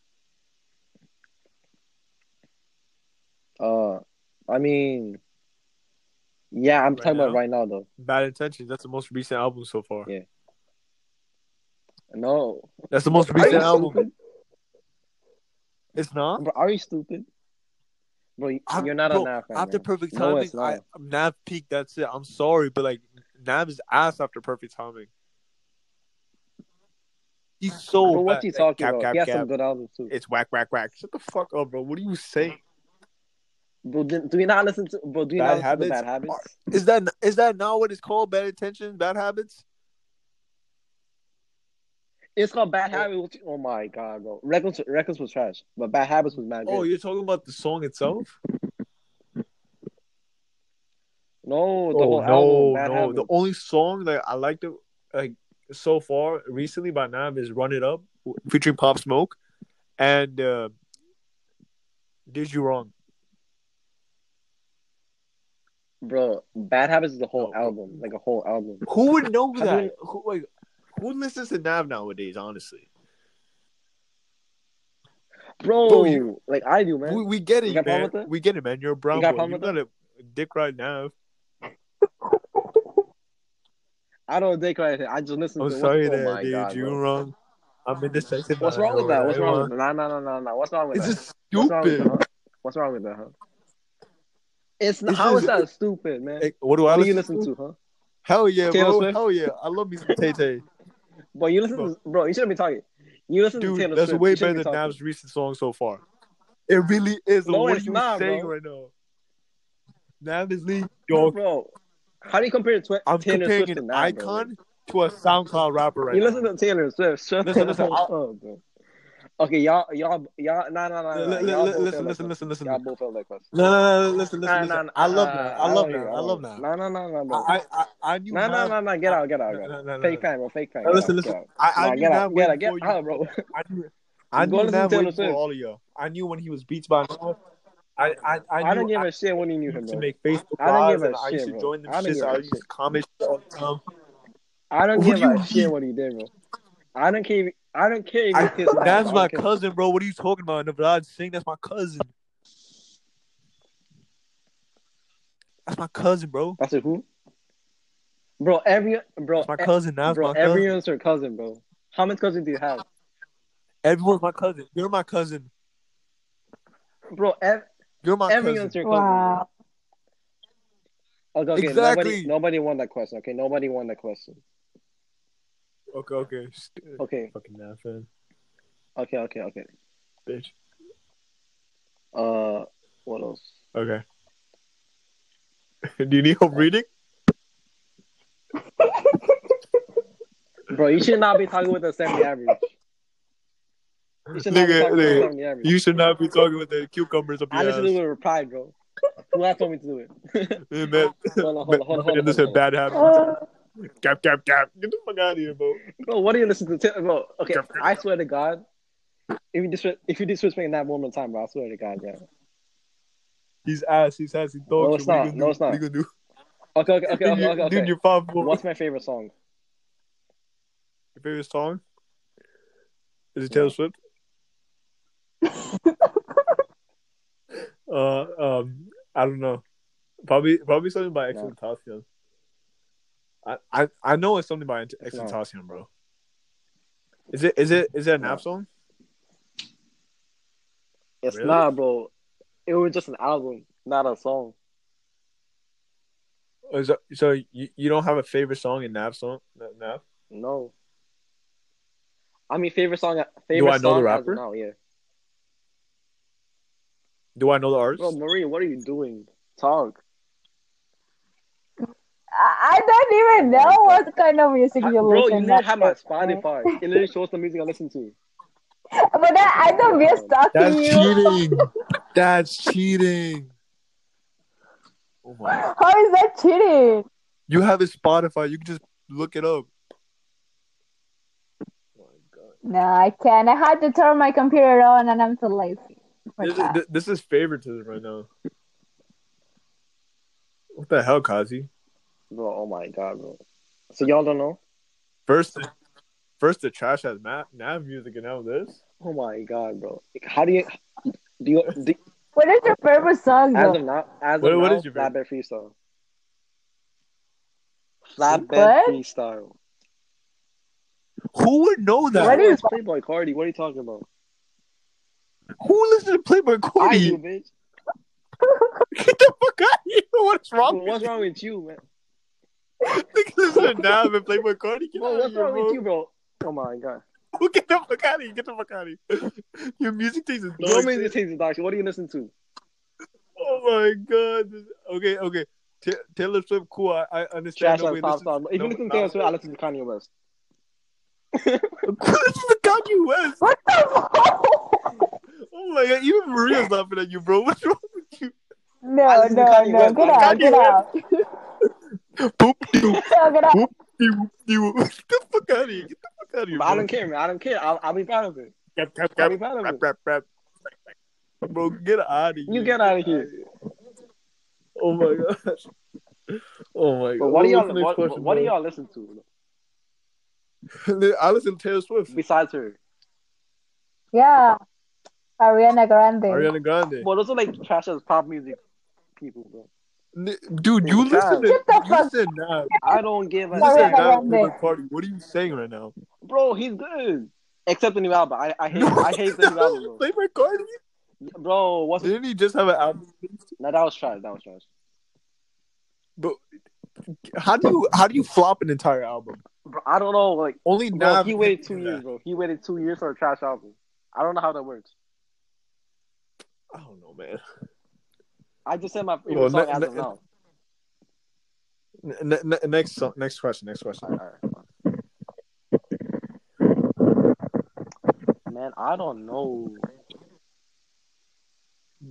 Uh, I mean, yeah, I'm Right talking about now? right now though. Bad Intentions. That's the most recent album so far. Yeah. No, That's the most Are you recent album. stupid? It's not. Bro, are you stupid? Bro, I'm- you're not bro, a Nav fan. after man. perfect No, timing, it's not. I, Nav peaked. That's it. I'm sorry, but like Nav is ass after perfect timing. He's so. But what's Oh, bad. he Like, talking gap, about? gap, he has gap. some good albums too. It's whack, whack, whack. Shut the fuck up, bro. What are you saying? Bro, do, do you not listen to? Bro, do you Bad not listen to Habits? Bad Habits? Is that is that not what it's called? Bad intentions, bad habits. It's called Bad Habits. which- Oh my god, bro. Records, records was trash, but Bad Habits was mad good. Oh, you're talking about the song itself. no, the Oh whole album. no, Bad no. Habits. The only song that I liked it, like so far recently by Nav is "Run It Up" featuring Pop Smoke, and uh, "Did You Wrong." Bro, Bad Habits is the whole No. album, like a whole album. Who would know Have that? you- Who like who listens to Nav nowadays? Honestly, Bro, Bro, you- like I do, man. we, we get it, You got a problem man. with that? We get it, man. You're a brown You got a boy. problem You with that? got a dick right now. I don't think right here. I just listen I'm to. sorry, what's, that oh my did god, you bro. wrong? I'm indecisive. What's I wrong with know that? what What's I wrong want. with that? No, no, no, no, no. What's wrong with It's that? just What's wrong with that? stupid. Huh? What's wrong with that? Huh? It's, It's how is just- that stupid, man? Like, what do I what do you listen, listen to? to, huh? Hell yeah, Taylor bro. Swift? Hell yeah. I love me some Tay Tay. Bro, you listen, Bro. to, bro. You shouldn't be talking. You listen to Dude, Taylor that's Swift. way You shouldn't better be than talking. Nav's recent song so far. It really is. No, what it's are you not, saying bro. right now? Nav is league dog. Bro, how do you compare Twi- I'm Taylor comparing Swift an to Nav, icon to a SoundCloud rapper Bro? right You now. listen to Taylor Swift. Shut Listen, up, listen, bro. Okay, y'all, y'all, y'all. Nah, nah, nah, Li- nah. li- y'all li- listen, both feel listen, like us. listen, listen. Y'all both feel like us. No, no, no, listen, Nah, listen, nah, listen. nah, I love nah, Nav. nah, I love don't Nav. hear, I love don't Nav. hear. Nah, nah, nah, nah, bro. I, I, I knew Nah, nah, Nav. nah, nah. Get out, get out, No, get out. no, no, no. Fake fan, bro. Fake fan. Now Get listen, out, listen. Get out. I, I Nah, knew get Nav out, get way out, get before you. out, bro. I knew, I Go knew listen to Nav way Taylor before Swift. all of y'all. I knew when he was beats by Nav. I, I, I knew. I don't give a shit when you knew him, to bro. make Facebook I don't give lives, a and I used shit, to bro. join them I don't shits. give a I used to shit. comment shit all the time. I don't Who give do you a shit mean? what he did, bro. I don't care. if- I don't care if I, you kiss Nav. I that's don't my care. cousin, bro. What are you talking about? Navraj Singh, that's my cousin. That's my cousin, bro. That's a who? Bro, every bro, That's my e- cousin. That's bro, my cousin. everyone's your cousin, bro. How many cousins do you have, Everyone's my cousin. You're my cousin. bro? Ev- You're my cousin. everyone's your cousin. bro. Wow. Okay, okay. Exactly. Nobody, nobody won that question. Okay, nobody won that question. Okay, okay. St- Okay, Fucking nothing, okay, okay, okay. bitch. Uh, what else? Okay. do you need help reading? Bro, you should not be talking with a 70 average. You should not be Nigga, talking with a nigga, 70 average. You should not be talking with the cucumbers up I your need to do ass. it with pride, bro. Who else told me to do it? Hey, man. Hold on, hold on, hold on, hold Man, on, this is hold on. a bad habit. Uh, Gap, gap, gap. Get the fuck out of here, bro. Bro, what do you listen to? Tell- Bro, okay, I swear to God, if you disres- if you disrespect that one more time, bro, I swear to God, yeah. He's ass. He's ass. He talks. No, it's What not. you gonna No, do? it's not. What you gonna do? Okay, okay, okay, dude, okay, you- okay. dude, okay. you're five four. What's my favorite song? your favorite song? Is it Taylor No. Swift? uh, um, I don't know. Probably, probably something by No. Exaltation. I, I, I know it's something by Exaltation, bro. Is it? Is it? Is it an No. app song? It's Really? not, bro. It was just an album, not a song. Or is it, so you, you don't have a favorite song in Nav song? Na- Nav? No. I mean, favorite song. uh, Favorite I know the song as rapper? of Now, yeah. Do I know the artist? Bro, Maria, what are you doing? Talk. I I don't even know what kind of music I- you bro, you listen literally have my to. Spotify. It literally shows the music I listen to. But I, I don't we are stalking That's you. cheating. That's cheating. Oh my God. How is that cheating? You have a Spotify. You can just look it up. Oh No, I can't. I had to turn my computer on and I'm too lazy. for This, that. this- this is favoritism right now. What the hell, Kazi? Bro, oh my god, bro. So y'all don't know? First, first the trash has ma- nav music, and now this. Oh my god, bro. Like, how do you do? You, do What is your favorite song as of though? now, as What- of what now, is your favorite? flatbed freestyle. Flatbed What? freestyle. Who would know that? What is- It's Playboy Cardi? What are you talking about? Who listens to Playboy I do, Cardi? bitch. Get the fuck out of here. What's wrong with What's wrong with you, man? you? Niggas listen to Nav and Playboy Cardi. Get Bro, out of what's here, wrong bro. with you, bro? Oh my god. Well, Get the fuck out of here. Get the fuck out of here. Your music taste is Your dog music shit. taste is dog shit. What do you listen to? Oh my god. This- Okay, okay. Ta Taylor Swift, cool. I, I understand. Trash Nobody like pop listens- star. If you no, listen to no. Taylor Swift, I listen to Kanye West. this is the Kanye West. What the fuck? Oh my god. Even Maria's laughing at you, bro. What's wrong with you? I No, listen to no, Kanye no. West, Get man. out, get Kanye out. Poop you. No, get out. You. You. Get the fuck out of here. Get the fuck out of here. But I don't care, man. I don't care. I'll, I'll be proud of it. Bro, Rap, rap, I'll rap, be proud of rap, it. rap, rap. Bro, get out of here. You get out of here. Oh my god. Oh my god. But what do y'all What's the next what, what, question, do bro? y'all listen to I listen to Taylor Swift. besides her? Yeah. Ariana Grande. Ariana Grande. Well, those are like trash as pop music people, bro. N- Dude, you listen to Get the you fuck- listen now. I don't give a You Ariana listen shit. now to Grande. the party. What are you saying right now? Bro, he's good. Except the new album. I, I hate I hate the new album, bro. Play my card. Bro, what's Didn't he just have an album? no, that was trash. That was trash. How do you how do you flop an entire album? Bro, I don't know. Like, Only bro, now he waited two years, bro. He waited two years for a trash album. I don't know how that works. I don't know, man. I just said my favorite Well, song ne- as ne- of now. N- n- n- next song- next question. Next question. Man, I don't know.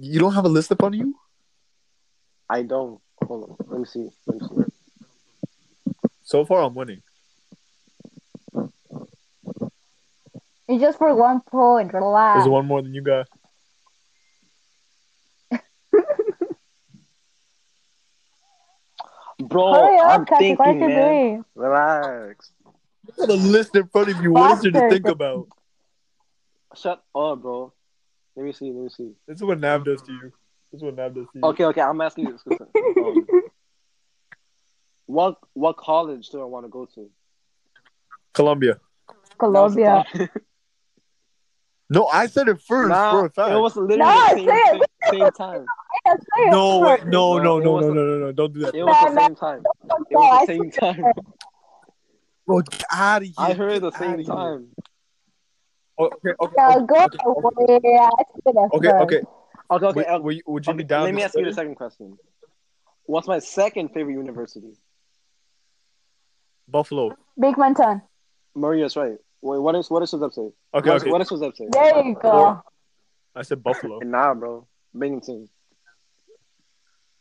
You don't have a list up on you? I don't. Hold on. Let me see. Let me see. So far, I'm winning. It's just for one point. Relax. There's one more than you got. Bro, Hurry up, I'm Kathy, What are thinking, you man. doing? Relax. You got a list in front of you. What is there to Bastard. think about? Shut up, bro. Let me see. Let me see. This is what Nav does to you. This is what Nav does to you. Okay, okay. I'm asking you this question. Um, what what college do I want to go to? Columbia. Colombia. No, I said it first. Nah, for a it fact. was literally No, the same, say it. same, same time. Yeah, say it No, wait, first. no, no, It no, was no, a- no, no, no, don't do that. It was the No, no. same time. It was the same time. Bro, get out of here. I heard the Get same outta here. time. Oh, Okay, okay, No, okay, go okay, away. I said it okay, first. okay. Okay, okay. Wait, I'll- were you, would you Okay, be down? let me to ask you the study? second question. What's my second favorite university? Buffalo. Big Mountain. Maria's right. Wait, what is what is his website? Okay, what is, okay. What is his website? There you go. I said Buffalo. Nah, bro. Binghamton.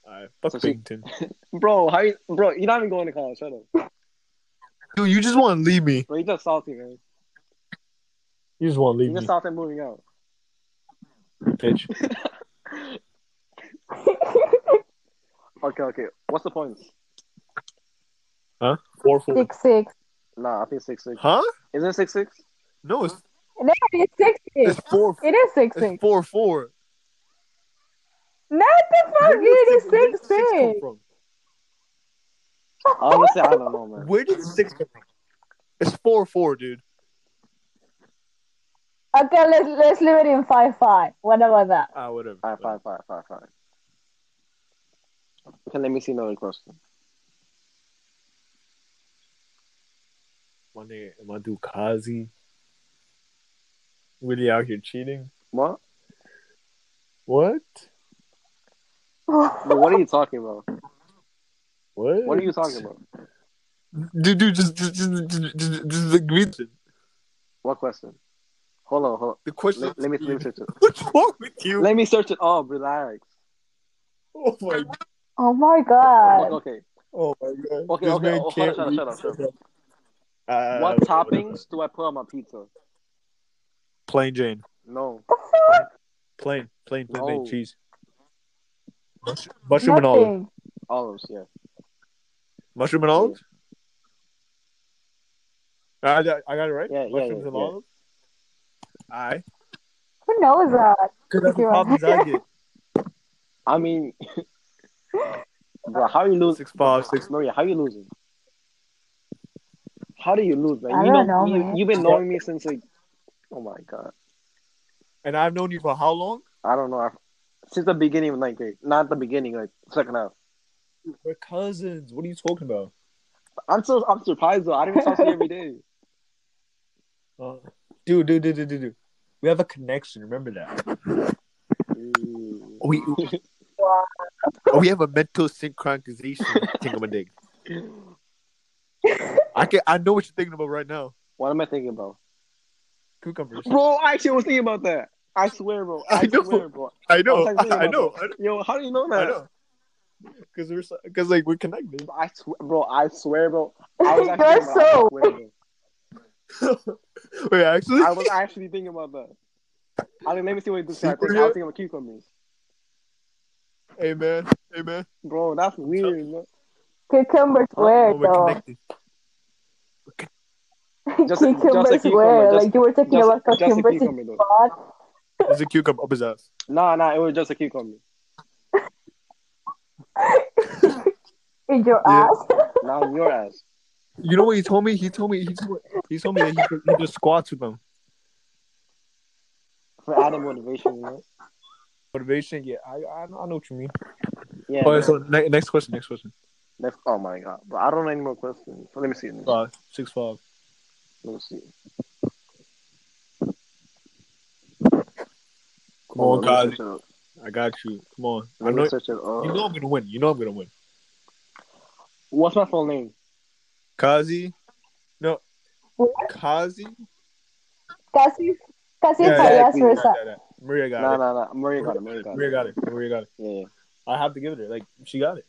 Alright, fuck So she- Binghamton. Bro, how you, bro? You're not even going to college. Shut up. Dude, you just want to leave me. Bro, you're just salty, man. You just want to leave You're just me, salty and moving out. bitch. Okay, okay. What's the point? Huh? Four four. Six six. Nah, I think six six. Huh? Isn't it six six? No, it's No, it's six it's six. four. It is six It's six. four four. Not the fuck, Where dude. did It's six- where did six come six. from? Honestly, I don't know, man. Where did six come from? It's four four, dude. Okay, let's let's leave it in five five. What about that? Ah, whatever. Five five five five five. Okay, let me see another question. My nigga, my dude Kazi. Really out here cheating? What? What? Oh Bro, what are you talking about? What? What are you talking about? Dude, dude, just, just, just, just, just, just the question. What question? Hold on, hold on. The question. Let, let me let me search it. What's wrong with you? Let me search it. Oh, relax. oh my. Oh my Okay, god. okay. Oh my god. Okay, This okay, man oh, hold can't on, read. shut up, shut up, shut Uh, what whatever. toppings do I put on my pizza? Plain Jane. No. Plain, plain, plain, No. plain cheese. Mush- Mushroom and olive. Nothing. Olives, yeah. Mushroom and olive. I, I got it right. Yeah, yeah, Mushrooms yeah, and yeah. olive. I. Who knows that? Because that's the You're right. problems I get. I mean, bro, how you losing? Six five, six Maria, how you losing? How do you lose, man? I you don't know, you, man. You've been knowing me since like, oh my god, And I've known you for how long? I don't know, I, since the beginning of ninth grade. Not the beginning, like second half. We're cousins. What are you talking about? I'm so I'm surprised though. I didn't talk to you every day. Uh, dude, dude, dude, dude, dude, dude. We have a connection. Remember that. we Wow. we have a mental synchronization. Ting-a-ma-ding. I can I know what you're thinking about right now. What am I thinking about? Cucumbers. Bro, I actually was thinking about that. I swear, bro. I, I know. swear, bro. I know. I was thinking I, about know. Yo, how do you know I that? know. Because we're because like we're connected. I swear, bro. I swear, bro. I was actually You're thinking about- so I swear, bro. Wait, actually, I was actually thinking about that. I mean, let me see what this guy thinks. I Yeah. was thinking about cucumbers. hey man, hey man. Bro, that's weird. bro. Cucumbers where Oh, we're though? connected. Just a- just a Cucumbers cucumber, where? just- Like you were talking Just, about just a cucumbers in cucumber, though. spots. There's a cucumber up his ass. Nah, nah, it was just a cucumber. in your Yeah. ass. Now in your ass. You know what he told me? He told me he told, he told me that he, he just squats with them. For added motivation, you know? Motivation, yeah. I I, I know what you mean. Yeah. All bro. right, Oh, so ne- next question, next question. That's, oh my god. But I don't know any more questions. So let me see. Let me see. Five, Uh, six, five. Let me see. Come on, Oh, let me guys. search it up. I got you. Come on. I Let know, me uh, search it up. you know I'm gonna win. You know I'm gonna win. What's my full name? Kazi, no, What? Kazi. Casi, casi Yeah, yeah, fallas yeah, Maria versa. got it. Maria got Nah, it. nah, nah. Maria got it. Maria got it. Maria got it. Maria got it. Yeah. yeah. I have to give it her. Like she got it.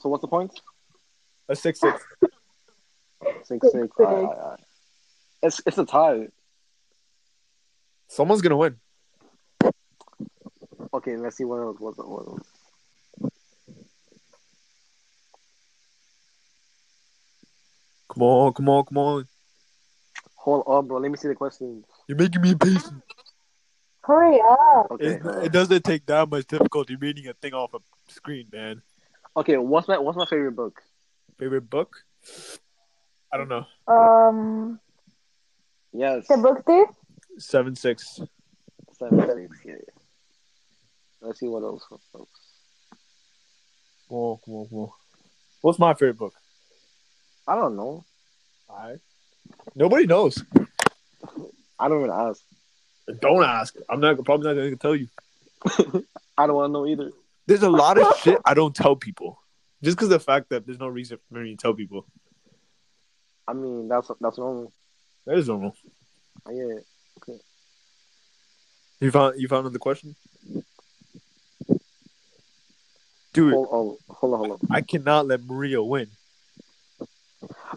So what's the point? A six six. Six, Six, six. six. All right, all right. It's it's a tie. Someone's gonna win. Okay, let's see what else. What else? What else? Come on, come on, come on. Hold on, bro. Let me see the questions. You're making me impatient. Hurry up. Okay. It's, all right. it doesn't take that much difficulty reading a thing off a screen, man. Okay. What's my what's my favorite book? Favorite book? I don't know. Um, Yes. the book thief. Seven six. Seven, six, yeah, yeah. Let's see what else. What else? Come on, come on, come on. What's my favorite book? I don't know. I. Nobody knows. I don't even ask. Don't ask. I'm not probably not gonna tell you. I don't want to know either. There's a lot of shit I don't tell people, just because the fact that there's no reason for me to tell people. I mean, that's that's normal. That is normal. Yeah. You found you found the question, dude. Hold on, hold on, hold on, I cannot let Maria win.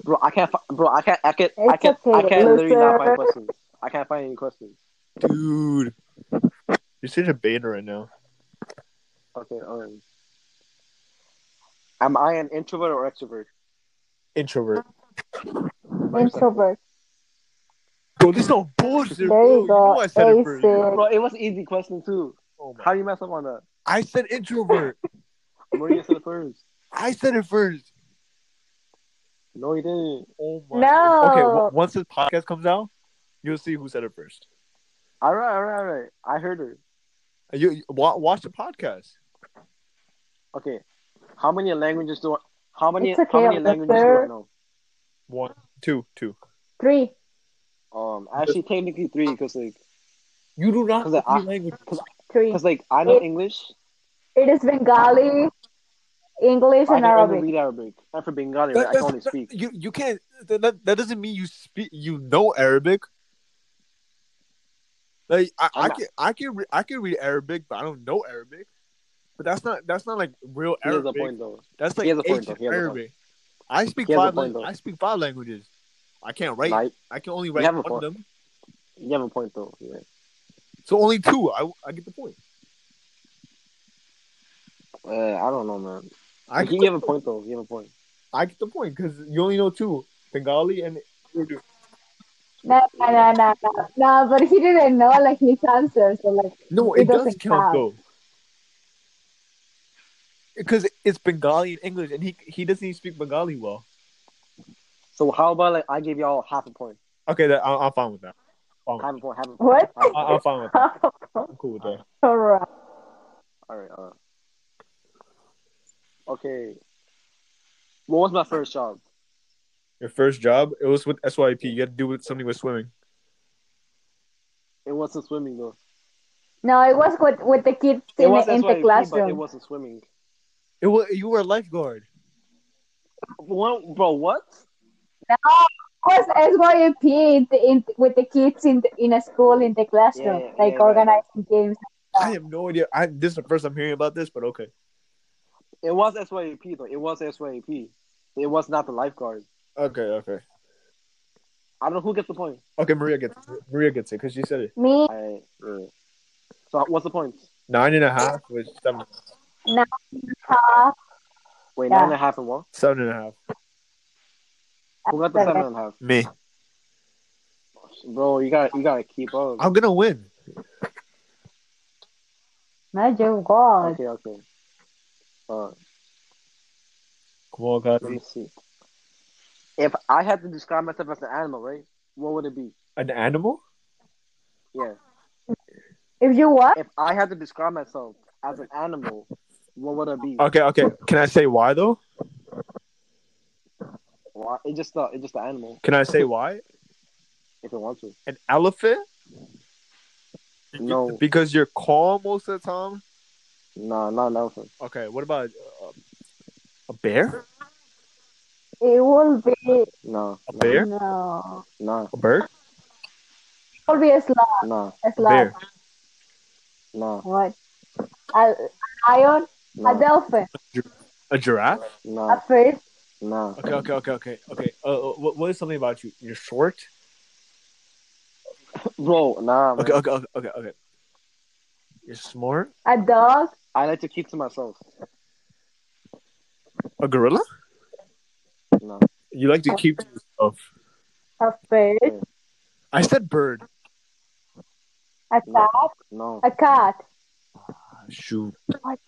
bro. I can't, fi- bro. I can't, I can't, I It's can't, I okay, can't literally not loser. find questions. I can't find any questions. Dude, you're such a beta right now. Okay, um, am I an introvert or extrovert? Introvert. Introvert. Bro, this is no bullshit. There bro. you You know go. I said it first. Basic. Bro, it was an easy question too. Oh my- How do you mess up on that? I said introvert. Maria said it first. I said it first. No, you didn't. Oh my. No. Okay, w- once this podcast comes out, you'll see who said it first. All right, all right, all right. I heard her. You, you wa- watch the podcast. Okay, how many languages do I? How many? It's okay, how many I'm languages do I there. know? One, two, two. Three. Um, actually, technically three, because like, You do not 'Cause know I- three languages. Three. because like, I know It- English. It is Bengali, English, I can only and Arabic. read Arabic. And for Bengali, That- right, I can that's- only speak. You you can't. That, that- that doesn't mean you speak. You know Arabic. Like I, I I'm not- can I can re- I can read Arabic, but I don't know Arabic. But that's not that's not like real He has a Arabic. point though. That's like He has a point, though. ancient He has a point. Arabic. I speak He has a five. point, lang- though. I speak five languages. I can't write. Like, I can only write have a one point. of them. you have a point though. Yeah. So only two. I, I get the point. Uh, I don't know, man. I you get have the, a point though. You have a point. I get the point because you only know two: Bengali and Urdu. No, no, no, no, no, no. But he didn't know like his answer. So like, No, It it, does doesn't count count. though. Because it's Bengali and English, and he he doesn't even speak Bengali well. So how about like I give y'all half a point, Okay, that, I, I'm fine with that. half a point, half a point. What? half a I, point. I'm fine with that. I'm cool with that. alright. All right. Uh, okay. What was my first job? Your first job, it was with SYP. You had to do with something with swimming. It wasn't swimming though. No, it was with, with the kids It in, was the, SYP, in the But it classroom. wasn't swimming. It was, you were a lifeguard. One, bro, what? It was SYP in, the- in, with the kids in the, in a school in the classroom, Yeah, yeah, like yeah, right, organizing games. I have no idea. I, this is the first I'm hearing about this, but okay. It was SYAP though. It was SYAP. It was not the lifeguard. Okay, okay. I don't know who gets the point. Okay, Maria gets Maria gets it because she said it. Me, All right. yeah. uh, So what's the point? Nine and a half was seven, half, Wait, Yeah. nine and a half and what? seven and a half. Who got the Okay. seven and a half? Me. Bro, you gotta you gotta keep up. I'm gonna win. Magic God. Okay, okay. Uh, Come on, let guys. me see. If I had to describe myself as an animal, right? What would it be? An animal? Yeah. If you what? If I had to describe myself as an animal, what would it be? Okay, okay. Can I say why though? Why? It's just the it's just the animal. Can I say why? If it wants to. An elephant? No, Because you're calm most of the time. no, not an elephant. Okay, what about uh, a bear? It will be No, A bear? no. no, A bird? It will be a sloth. no, A A sloth. bear. no, What? A lion, a no, dolphin, A giraffe? a no, fish. no. Okay, okay, okay, okay, okay. Uh, uh, what, what is something about you? You're short. Bro, nah. Man. Okay, okay, okay, okay, okay. You're smart. a dog, I like to keep to myself. A gorilla. No, You like to keep to yourself. a fish, I said bird. a No. cat, no. a cat. Ah, Shoot. What?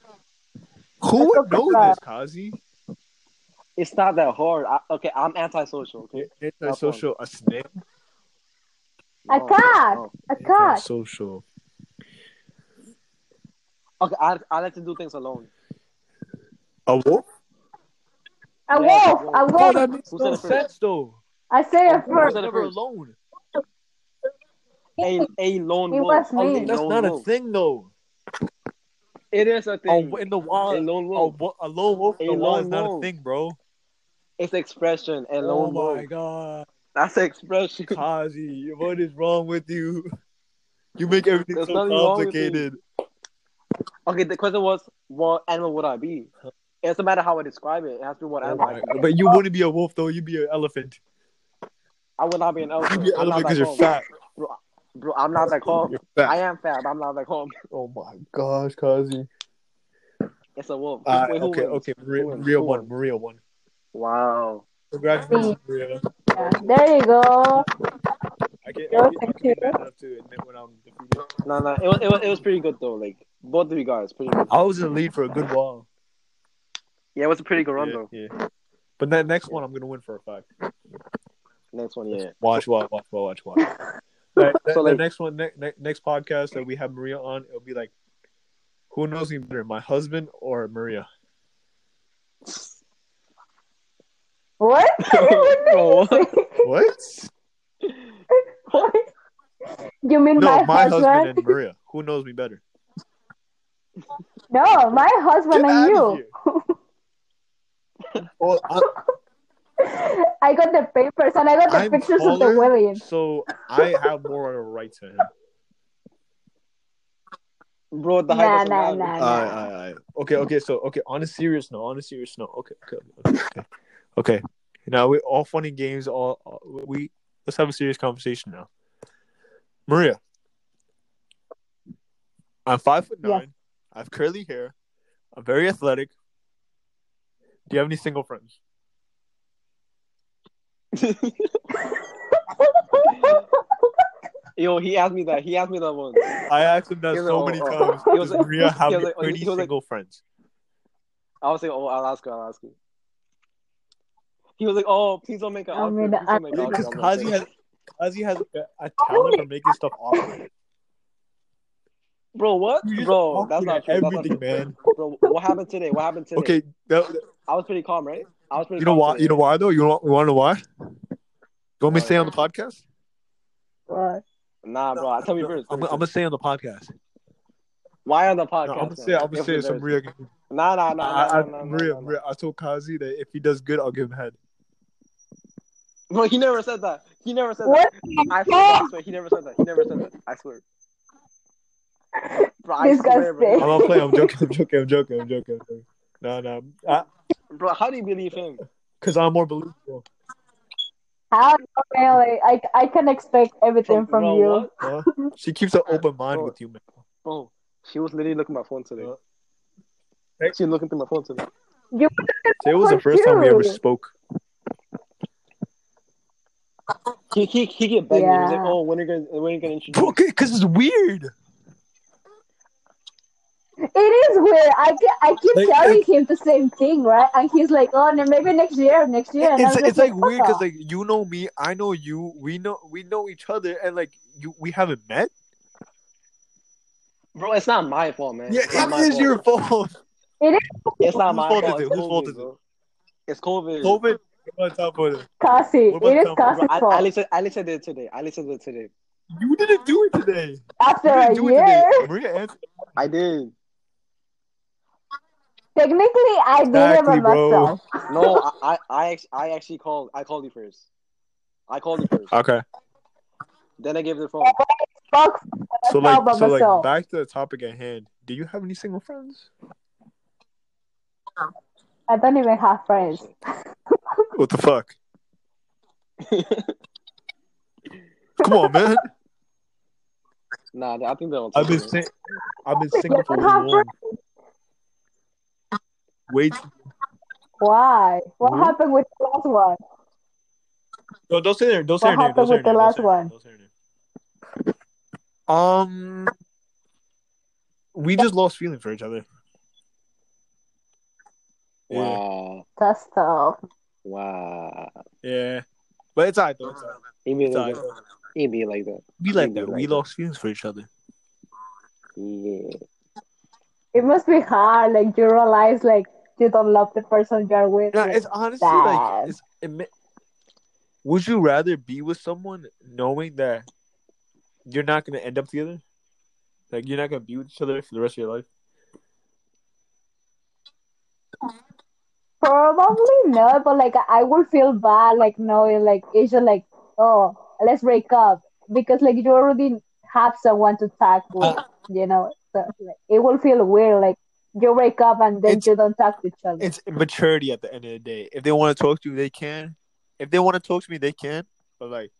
Who would That's a know bird. this, Kazi? It's not that hard. I, okay, I'm antisocial. Okay. Antisocial. A snake. A No, cat. no. A cat. Antisocial. Okay, I, I like to do things alone. A wolf. Yeah, a A wolf. A wolf. Oh, wolf. that makes Who said no it first? sense, though. I said a I was first. said it never first? alone. A, a lone It wolf. was me. A That's lone not a wolf. thing, Oh, though. It is a A, thing. in the a wild, lone a, wolf. wo- a lone wolf in A the wild is lone not a wolf. thing, bro. It's expression. A Oh lone my wolf. god, That's expression. Kazi, what is wrong with you? You make everything There's so nothing wrong with me. complicated. Okay, the question was, what animal would I be? It doesn't matter how I describe it. It has to be what Oh animal. I my be. God. But you wouldn't be a wolf, though. You'd be an elephant. I would not be an You'd elephant. be an I'm not elephant that because you're calm. fat. Bro, bro, I'm not that calm. You're fat. I am fat, but I'm not that calm. Oh my gosh, Kazi. It's a wolf. Uh, Wait, who okay, wins? okay, Maria, Who wins? Maria Who won. wins? Maria won. Wow. Congratulations, Maria. There you go. I can't, I You're can't, I can't secure. be mad enough to admit when I'm defeated. No, no, it was, it was it was pretty good though. Like both of you guys, pretty good. I was in the lead for a good while. Yeah, it was a pretty good run Yeah, though. yeah. But that next one, I'm gonna win for a fact. Next one, yeah. Watch, watch, watch, watch, watch. watch. Alright, the, So, the like- next one, ne- ne- next podcast that we have Maria on, it'll be like, who knows me better, my husband or Maria? What? Oh, Bro, What? you mean no, my, my husband? husband? and Maria. Who knows me better? No, my husband Get and out you. of here. Well, I- I got the papers and I got the I'm pictures of the taller, wedding. so I have more of a right to him. bro, the Nah, height doesn't nah, matter. I, nah, nah. I, I. Okay, okay. So, okay. On a serious note, on a serious note. Okay, okay, okay. okay. okay. Now we all funny games. All all- we let's have a serious conversation now. Maria, I'm five foot nine. Yeah. I have curly hair. I'm very athletic. Do you have any single friends? Yo, he asked me that. He asked me that once. I asked him that He was so like, many oh, oh. times. He was Does like- Maria have he was like, oh, he- any he was like- single friends? I was like, oh, I'll ask you. I'll ask you. He was like, oh, please don't make an I outfit. mean, please don't I- make an outfit. Because I'm Kazi like, has Kazi has a, a talent for making stuff awkward. Bro, what? You just Bro, awkward that's not at true. That's not everything, true. man. Bro, what happened today? What happened today? Okay, that- that- I was pretty calm, right? I was pretty you know calm why? today. You know why though? You want, you want to know why? You want Uh, me to stay on the podcast? What? Nah, bro. Tell me No, first. I'm, tell me I'm gonna first. stay on the podcast. Why on the No, podcast? I'm gonna man? say I'm gonna If say we're some there. real. Nah, nah, I, nah, nah, I, nah, nah, nah, Maria, nah. Maria, I told Kazi that if he does good, I'll give him head. Bro, he never said that. He never said What? that. I swear, I swear, he never said that. He never said that. I swear. Bro, I swear, I'm bro. Disgusting. not playing. I'm joking. I'm joking. I'm joking. I'm joking. I'm joking. No, no, I- Bro, how do you believe him? cause I'm more believable. How really? I I can expect everything from bro, you. What? Huh? She keeps an open mind Bro. with you, man. Bro, she was literally looking at my phone today. Uh, She was looking through my phone today. You Today was the first time we ever spoke. He he he get begging me. He's like, Yeah. oh, when are you gonna when are you gonna introduce? Bro, c- cause it's weird. It is weird. I keep, I keep Like, telling him the same thing, right? And he's like, "Oh, no, maybe next year, next year." And I It's was it's like weird "Oh." because like you know me, I know you. We know we know each other, and like you, we haven't met. Bro, it's not my fault, man. Yeah, it's not my it is fault. your fault. It's not Whose my fault fault. is it? It's Whose fault is COVID, it? bro. It's COVID. COVID. On top of it. Kasi, What about it is Tom? Bro, Kasi's I, fault. I listened. I listened to it today. I listened to it today. You didn't do it today. After You a didn't do it year, today. Maria answered. I did. technically, I did it by Exactly, bro. myself. No, I I I, act- I actually called. I called you first. I called you first. Okay. Then I gave the phone. Fuck, So myself like, so by like, myself. back to the topic at hand. Do you have any single friends? I don't even have friends. What the fuck? Come on, man. Nah, I think they're on. I've been Tinder. sing- I've been single for You too don't have long. Wait, Why? What Hmm? happened with the last one? no, don't say there. Don't say What her name. Don't happened say her with the name, last don't say her name, one? don't say her name. Um, we just lost feeling for each other. Yeah, Wow, That's tough. wow. yeah, but it's alright though. It's alright. It be It's like alright. that. It be like that. We It like be that. like We that. lost feelings for each other. Yeah. It must be hard. Like you realize, like you don't love the person you're with. Yeah, like, it's honestly like. Sad. It's, it, ma- would you rather be with someone knowing that you're not gonna end up together? Like you're not gonna be with each other for the rest of your life. Probably not, but like I would feel bad, like knowing, like it's just like, oh, let's break up because like you already have someone to talk Uh, with, you know. So like, it will feel weird, like you break up and then It's- you don't talk to each other. It's maturity at the end of the day. If they want to talk to you, they can. If they want to talk to me, they can. But like,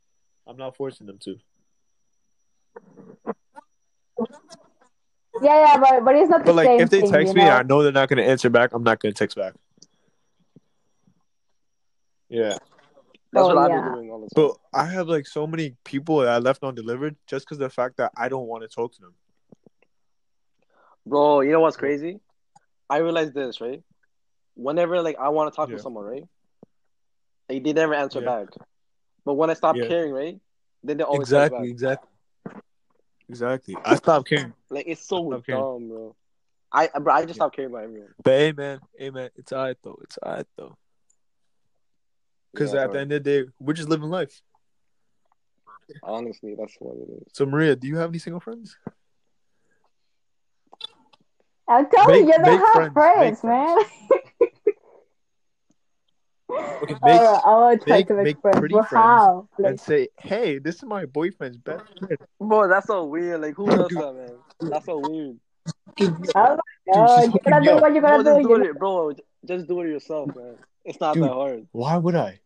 I'm not forcing them to. Yeah, yeah, but but it's not But the like, same if they thing, text me, you know? and I know they're not gonna answer back. I'm not gonna text back. Yeah, That's Oh, what I've yeah. been doing all the time. but I have like so many people that I left undelivered just because the fact that I don't want to talk to them. Bro, you know what's crazy? I realized this, right? Whenever like I want to talk Yeah. to someone, right? Like they never answer Yeah. back. But when I stop Yeah. caring, right? Then they always text Exactly, back. exactly, exactly. I stopped caring. Like it's so Stop caring. dumb, bro. I bro, I just Yeah. stopped caring about everyone. But hey, man, hey, man, it's alright though. It's alright though. Because Yeah, at the bro. end of the day, we're just living life. honestly, that's what it is. So Maria, do you have any single friends? I'm Make- telling you, you don't make friends, have make friends, man. Okay, make Oh, I will try make- to make, make friends. pretty but friends how? Like, and say, "Hey, this is my boyfriend's best friend." Bro, that's so weird. Like who does that, man? That's so weird. oh my Dude, she's god, hooking you gotta me do up. what you Bro, gotta just do. You do know? it, bro. Just do it yourself, man. It's not Dude. that hard. Why would I?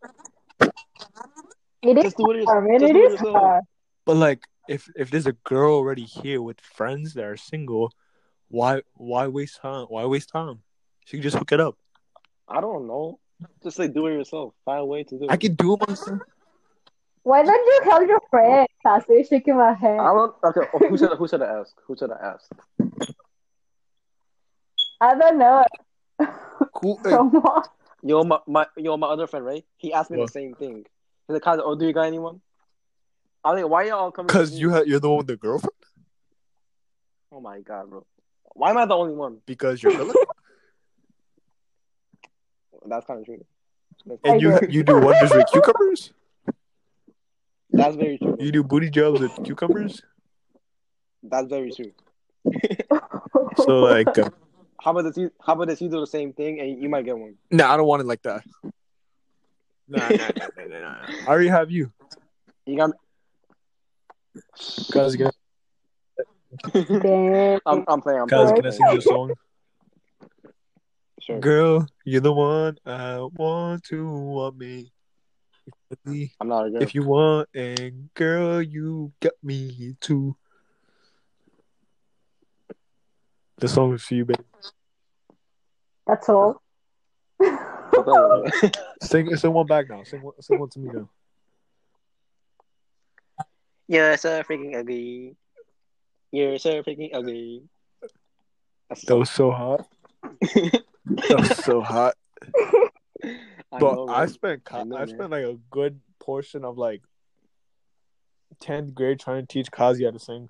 It is Just do it yourself. hard, man. Just It do it is yourself. hard. But like, if if there's a girl already here with friends that are single, why why waste time? Why waste time? She can just hook it up. I don't know. Just like do it yourself. Find a way to do it. I can do it myself. Why don't you help your friend? Kasi shaking my head. I don't. Okay, oh, who should who should I ask? Who should I ask? I don't know. Cool. Hey, Someone. Yo, my, my yo, my other friend, right? He asked me What? the same thing. He's like, "Kaza, "Oh, do you got anyone?" I'm like, "Why y'all coming?" to Cause me?" you ha- you're the one with the girlfriend. Oh my god, bro. Why am I the only one? because you're Filipino That's kind of true. That's, and you you do wonders with cucumbers. that's very true. You do booty jobs with cucumbers. That's very true. So like, uh, How about this? You, how about this? You do the same thing, and you might get one. no, I don't want it like that. Nah, nah, nah, nah, nah, nah. I already have you. You got. Cause gonna, me. Damn. I'm, I'm playing. I'm Kaz gonna playing. sing the song. Sure. Girl, you're the one I want to want me. I'm not a girl. If you want, and girl, you got me too. The song is for you, babe. That's all. I'm playing with it. Sing, sing one back now. Sing, one- sing one to me now. You're so freaking ugly. You're so freaking ugly. That's That was so hot. That was so hot. I but know, I right? spent co- I know, I, man. spent like a good portion of like tenth grade trying to teach Kazi how to sing.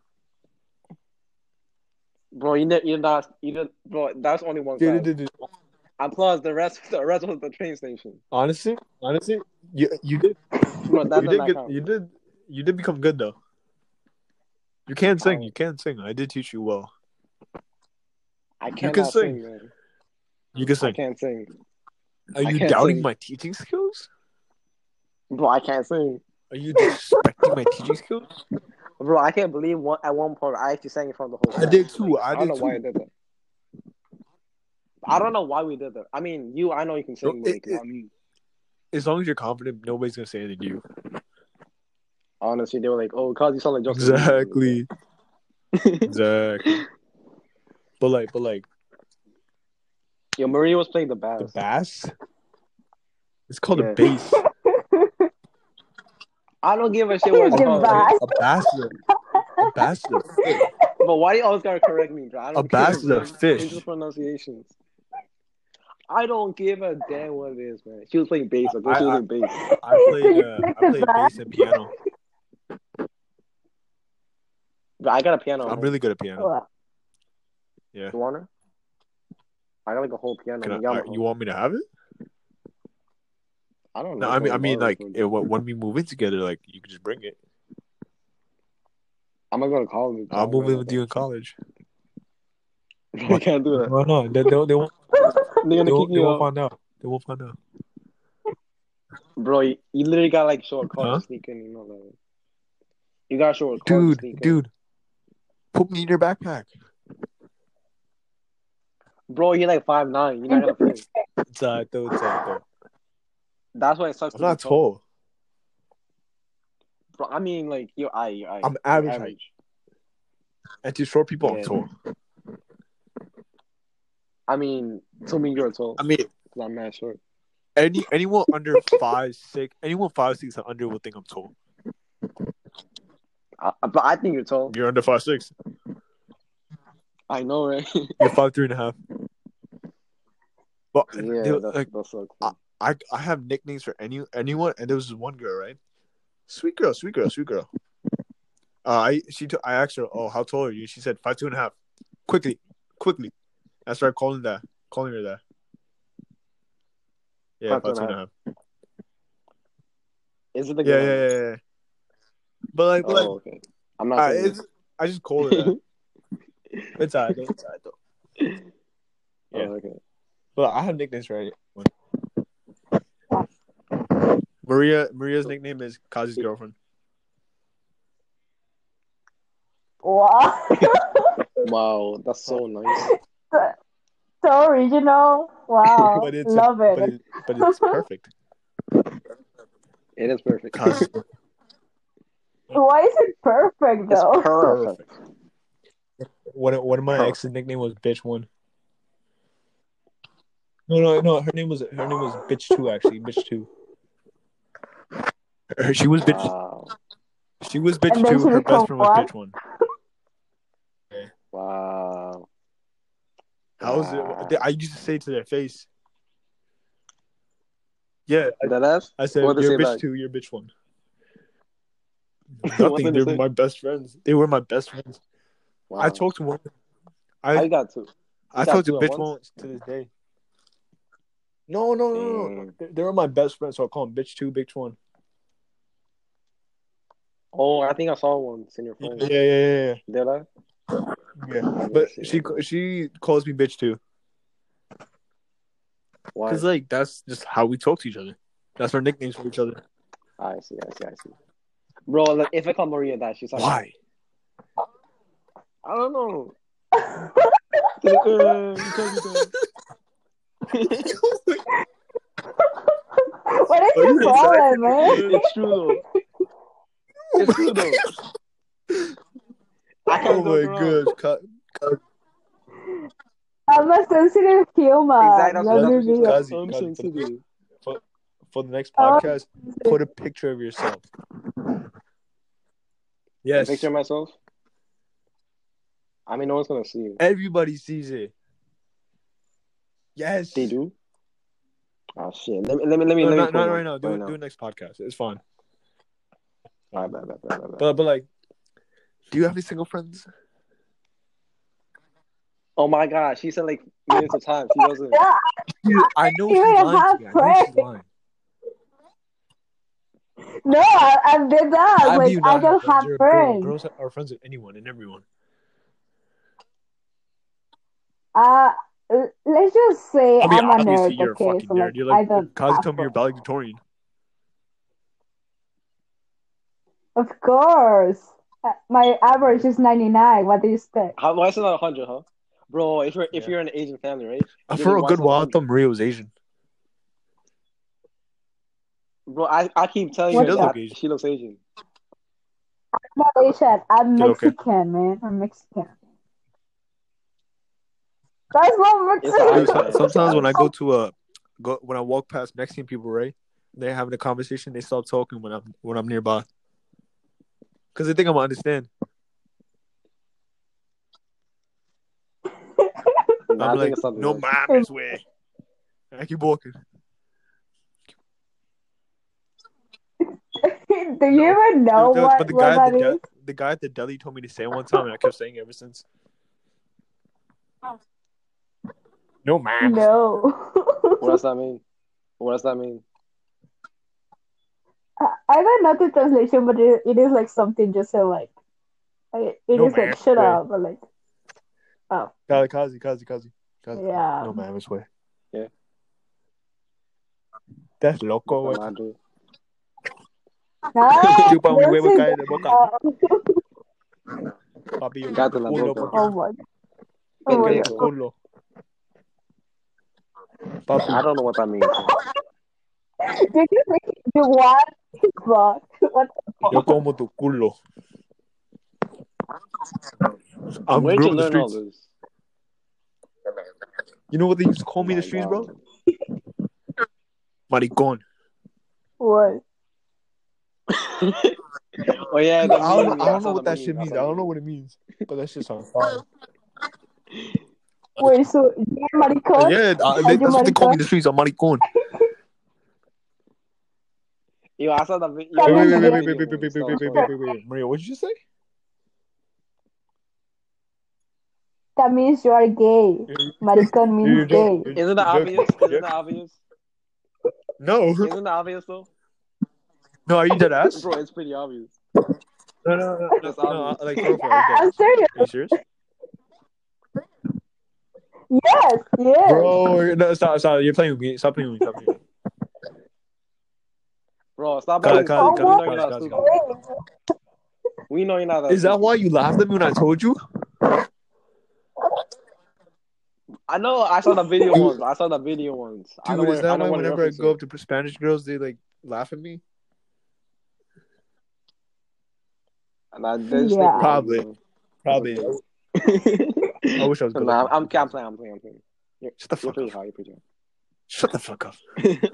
bro, you ne- you're not, you did bro. That's only one class. Dude, dude, dude, dude. And plus, the rest, the rest was the train station. Honestly, honestly, you you did Bro, that you does did not get, count. you did you did become good though. You can Oh. sing. You can sing. I did teach you well. I can cannot sing. sing, man. You can I sing. can't sing, Are I you can't doubting sing. my teaching skills? bro. I can't sing, Are you disrespecting my teaching skills? bro. I can't believe one at one point I actually sang in front of the whole. I class. did too. I I don't know did why I too. did that. I don't know why we did that. I mean, you, I know you can No, sing, it- but like, it- I mean, As long as you're confident, nobody's gonna say anything to you. honestly, they were like, "Oh, cause you sound like Justin." Bieber." Exactly. exactly. But like, but like Yo, Maria was playing the the bass. bass. It's called Yeah. a bass. I don't give a shit what it's The called. bass. Oh, A bass. is a- A bass. is a fish. But why do you always gotta correct me, bro? I A don't care, bass is bro. a fish. It's just pronunciations. I don't give a damn what it is, man. She was playing bass. Okay, I- she I- was playing bass. I played. Uh, I played bass and piano. But I got a piano. I'm man. really good at Oh, piano. Wow. You want her? I got like a whole piano. Can I, and Yamaha. uh, you want me to have it? I don't know. No, I mean, I I'm mean, borrow like, it, it, when we move in together, like, you can just bring it. I'm not gonna call you. I'll move in with you in college. I can't do that. Why not? They, they, they won't, They're they gonna won't, kick they you won't out, find out. They won't find out. bro. You, you literally got like short calls Huh? to sneak in. You know that. You got short calls to Dude, sneak in. dude, put me in your backpack. Bro, you're like five nine. You're not gonna fit. It's uh, though, it's uh, though. That's why it sucks. I'm to be not tall. Bro, I mean, like you're I, you're I. I'm average height. And to short people, Yeah. I'm tall. I mean, to me, you're tall. I mean, i I'm not short. any anyone under five six, anyone five six and under will think I'm tall. I, I- but I think you're tall. You're under five six. I know, right? You're five three and a half. But yeah, they- that, like, that sucks. I- I I have nicknames for any anyone, and there was this one girl, right? Sweet girl, sweet girl, sweet girl. Uh, I she t- I asked her, oh, how tall are you? She said five two and a half. Quickly, quickly. I started calling that, calling her that. Yeah, Five five two two and a half. Is it the Yeah, yeah, yeah, yeah. But like, but like, Oh, okay. I'm not. I, saying it's, I just called her that. It's alright, though, it's alright though. that. yeah. Oh, okay. But I have nicknames for anyone. Maria Maria's nickname is Kazi's girlfriend. Wow. Wow, that's so nice. so original. Wow. but it's Oh, Love it. But, it, but it's perfect. It is perfect. Kazi's Why is it perfect It's though? perfect. One of- one of my ex's nickname was bitch one. No, no, no. Her name was her name was bitch two actually. Bitch two. Her- She was bitch. Wow. She was bitch And then two. she Her best become friend was what? bitch one. Wow. How is it? I used to say to their face. Yeah, That ass? I said What they you're say bitch back? two. You're bitch one. What Nothing. did they They're say? my best friends. They were my best friends. Wow. I talked to one. I, I got two. I got told two you, at bitch once. won't to this day. No, no, no, no, Mm. no. They're- They're my best friends, so I call them bitch two, bitch one. Oh, I think I saw one in your Yeah, phone. yeah, yeah, yeah. Did I? yeah. But she she calls me bitch too, Why? cause like that's just how we talk to each other. That's our nicknames for each other. I see, I see, I see. Bro, like, if I call Maria that, she's like, Why? I don't know. Like, uh, you call me that. What is Are you your problem, man? it's true though. It's true though. I can't Oh go my wrong. god, Ka- I'm a sensitive human. Exactly. Let me be Exactly. honest. Kazi, I'm Kazi. sensitive. for the next Oh. podcast, put a picture of yourself. Yes, Picture myself. I mean, no one's gonna see you. everybody sees it. Yes, They do. Oh shit! Let me let me let me No, let me. not, pull not one right now. Do right it, do it next podcast. It's fine. All right, bye, bye, bye, bye, bye. But but like, do you have any single friends? Oh my god, she said like millions of times. She doesn't. Yeah, I know You she's lying. have To me. I know she's friends. lying. no, I, I did that. How do like, you I not don't have You're a girl. friends. Girls are friends with anyone and everyone. Uh, l- let's just say I mean, am a obviously nerd. you're okay, a fucking so nerd. like, You're I like, don't. Kazi have told me you're friends. valedictorian. Of course, Uh, my average is ninety nine. What do you expect? How, why is it not hundred, huh? Bro, if you're if Yeah. you're an Asian family, right? Uh, You're For the a good wisest while, I one. thought Maria was Asian. Bro, I, I keep telling She you does that look Asian. she looks Asian. I'm not Asian. I'm Yeah, okay. Mexican, man. I'm Mexican. That's not It's all Mexican. right. Dude, so- sometimes when I go to a, go when I walk past Mexican people, right? They're having a conversation. They stop talking when I'm when I'm nearby, because they think I'm gonna understand. Nah, I I'm think like, it's something no else. mames, way. I keep walking. do you No. even know But the- what, but the what guy at that the, is? de- the guy at the deli told me to say it one time, and I kept saying it ever since. No mames. No. What does that mean? What does that mean? I I don't know the translation, but it, it is like something just so like it it is No like math shut way. up, but like Kazi, Kazi, Kazi, Kazi. Kazi. yeah. No mames, way. Yeah. That's loco, Nah, way. I do. No, Chupa mi don't huevo, say cae de that. boca. Papi, yo- Cállate la culo, boca. oh papi. my, oh my Porque Okay. god. culo. I Papi, don't know what that means. Did you say you want fuck? What? yo como tu culo. I'm Where'd grew you up in the learn all streets. this? You know what they used to call me in the My streets, God. bro? Maricón. What? Oh yeah, I the don't, meme. I don't saw know the what that meme. shit I means. saw I the don't meme. know what it means. But that shit's on fire. Wait, so you're maricón? Yeah, uh, Are they, you that's what they call me in maricón? the streets. I'm maricón. Yo, I saw the video. Wait, wait, wait, wait, wait, wait, wait, wait, wait, wait, wait, wait. Maria, what did you say? That means you are gay. Maricón You're means joking. gay. You're- Isn't that you're joking. obvious? Isn't You're that obvious? joking. No, Isn't that obvious though? no, are you dead ass? Bro, it's pretty obvious. No, no, no, no, That's no. obvious. Like, for real, for real, I, are you I'm dead ass? serious. Are you serious? Yes, yes. Bro, no, stop, stop. You're playing with me. Stop playing with me. Stop playing with me. Bro, stop Cut playing. it, cut it, cut it, we know you're cut it, not cut it, stupid. cut Wait, We know you're not that Is that stupid. why you laughed at me when I told you? I know I saw the video Dude. ones. I saw the video ones. I Dude, don't is wanna- that I don't why wanna whenever I reference go it. up to Spanish girls, they like laugh at me? And I did stick Yeah. with it, Probably. so. Probably. I wish I was good. nah, looking. I'm, I'm playing. I'm playing. I'm playing. Shut the You're fuck pretty up. hot. You're pretty Shut the fuck up. hot.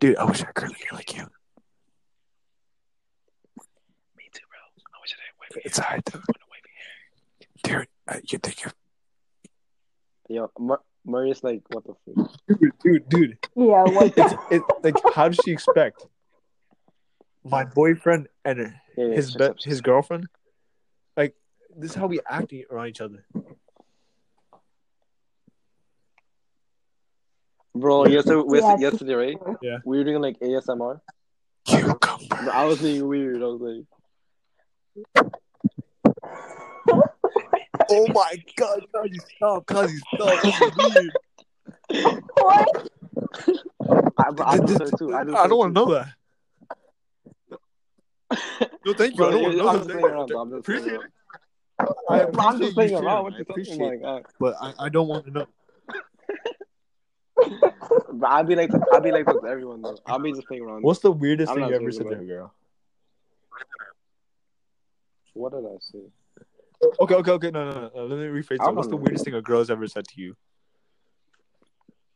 Dude, I wish I could look like you. Me too, bro. I wish I didn't wave It's alright though. Dude, uh, you think you're Yo, Mar- Marius, like, what the fuck? dude, dude, dude. Yeah, what? It's it, like how does she expect? My boyfriend and Yeah, yeah, his shut be- up, shut his up. girlfriend? Like this is how we act around each other. Bro, yesterday, Yeah. yesterday, right? Yeah. We were doing like ASMR. Cucumber. But I was being weird. I was like, Oh my god, Kazi, stop, Kazi, stop. This is weird. What? I, but I This- just this- heard too. I, just I heard don't want too. to know that. No, thank you. I Bro, don't want to know I'm just that. playing around. bro. I'm just Appreciate playing it. I around. appreciate you sharing. Bro, I'm just playing around. What I you appreciate talking it, about? uh, but I, I don't want to know. But I'll be like, I'll be like this to everyone though. I'll be just playing around. What's the weirdest I'm thing not you ever said joking, to a girl? What did I say? Okay, okay, okay. No, no, no. no, Let me rephrase I that. What's the don't know. weirdest thing a girl's ever said to you?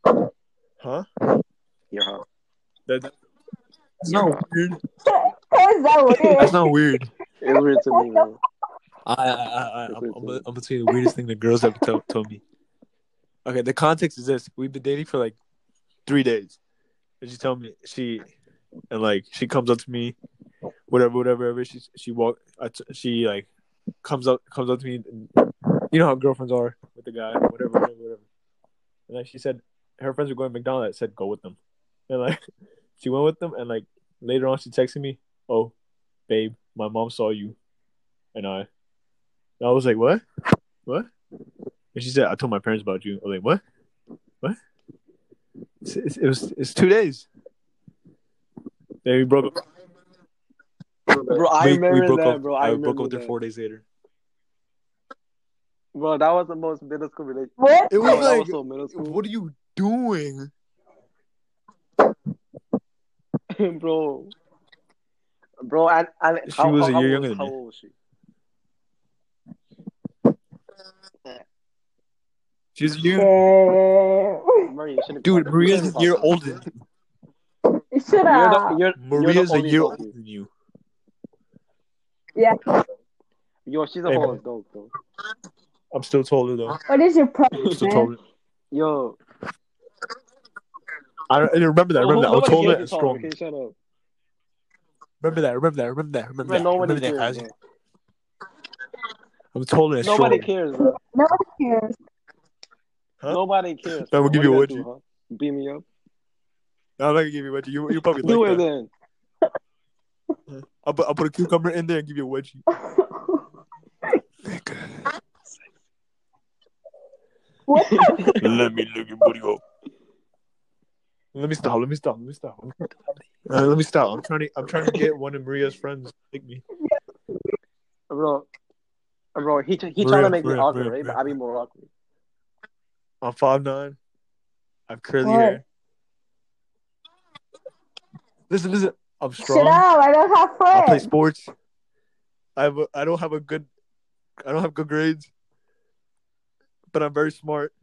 Huh? Your house. That, that's not weird. How is that That's weird? not weird. It's weird to me, bro. I, I, I, I I'm, I'm, gonna- I'm gonna tell you the weirdest thing the girls ever told, told me. Okay, the context is this: we've been dating for like three days, and she told me she, and like she comes up to me, whatever, whatever, whatever. She she walk, I t- she like comes up comes up to me. And, you know how girlfriends are with the guy, whatever, whatever, whatever. And like she said, her friends were going to McDonald's. I said, go with them, and like she went with them, and like later on, she texted me, "Oh, babe, my mom saw you," and I, I was like, "What? What?" And she said, "I told my parents about you." I was like, "What? What?" It's, it's, it was it's two days. Then we broke up. Bro, I we, we remember broke that, up. bro. I, I, remember broke up with that. her four days later. Bro, that was the most middle school relationship. What? It Bro, was that like, was so middle school. what are you doing? bro. Bro, and, and She how, was how, a how year old- younger than how me. old was she? She's a year, Damn. Maria, you shouldn't dude. talk- you Maria's shouldn't a talk year like that. older. Than you. Shut You're up. the, you're, you're Maria's the a only year adult older here. than you. Yeah. Yo, she's a Hey, whole man. adult, though. I'm still taller though. What is your I'm problem, still man? taller. Yo, I, I remember that. I remember that. I was nobody taller cares and if you're tall, strong. Okay, shut up. Remember that. Remember that. Remember that. Remember Bro, that. nobody Remember that. cares, Kazi. bro. I'm taller and strong. Nobody cares, bro. Nobody cares. Huh? Nobody cares. Then bro. we'll give What you a you gonna wedgie. do, huh? Beat me up. I'm not gonna give you a wedgie. You you probably do like it that. then. I'll put, I'll put a cucumber in there and give you a wedgie. What the let me look your booty up. Let me stop. Let me stop. Let me stop. Uh, let me stop. I'm trying to. I'm trying to get one of Maria's friends to like me. Bro, bro, he, he For trying to real, make for me real, for awkward, real, right? for But I be more awkward. I'm five nine. I have curly What? hair. Listen, listen. I'm Shut strong. up! I don't have I play friends. sports. I have. A, I don't have a good. I don't have good grades. But I'm very smart.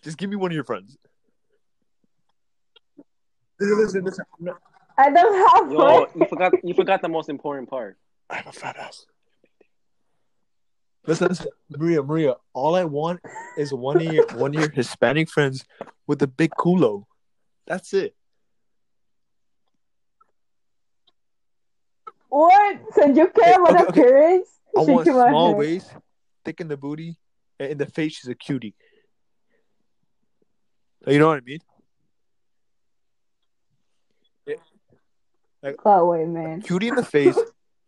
Just give me one of your friends. Listen, listen, listen. I'm not- I don't have Yo, friends. you forgot you forgot the most important part. I have a fat ass. Listen, listen, Maria, Maria. All I want is one year, one year Hispanic friends with a big culo. That's it. What? So you care about Okay, okay. appearance? I She want came out small here. waist, thick in the booty, and in the face she's a cutie. You know what I mean? That way, man. Cutie in the face,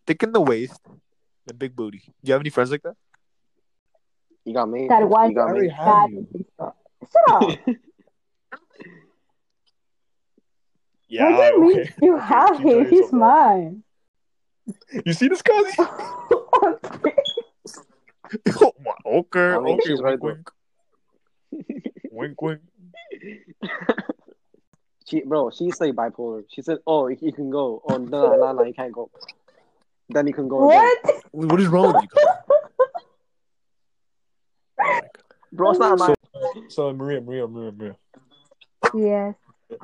thick in the waist, and a big booty. Do you have any friends like that? You got me. That one You got me. That Shut up. what do you mean you have Keep telling him? He's yourself mine. You see this guy? okay. oh my, okay, I mean, okay, she's right, wink, wink, wink, wink. She, bro, she's like bipolar. She said, "Oh, you can go. Oh, no, no, no, you can't go. Then you can go again." What? What is wrong with you? Kyle? Bro, it's not my. So, so Maria, Maria, Maria, Maria, Yes.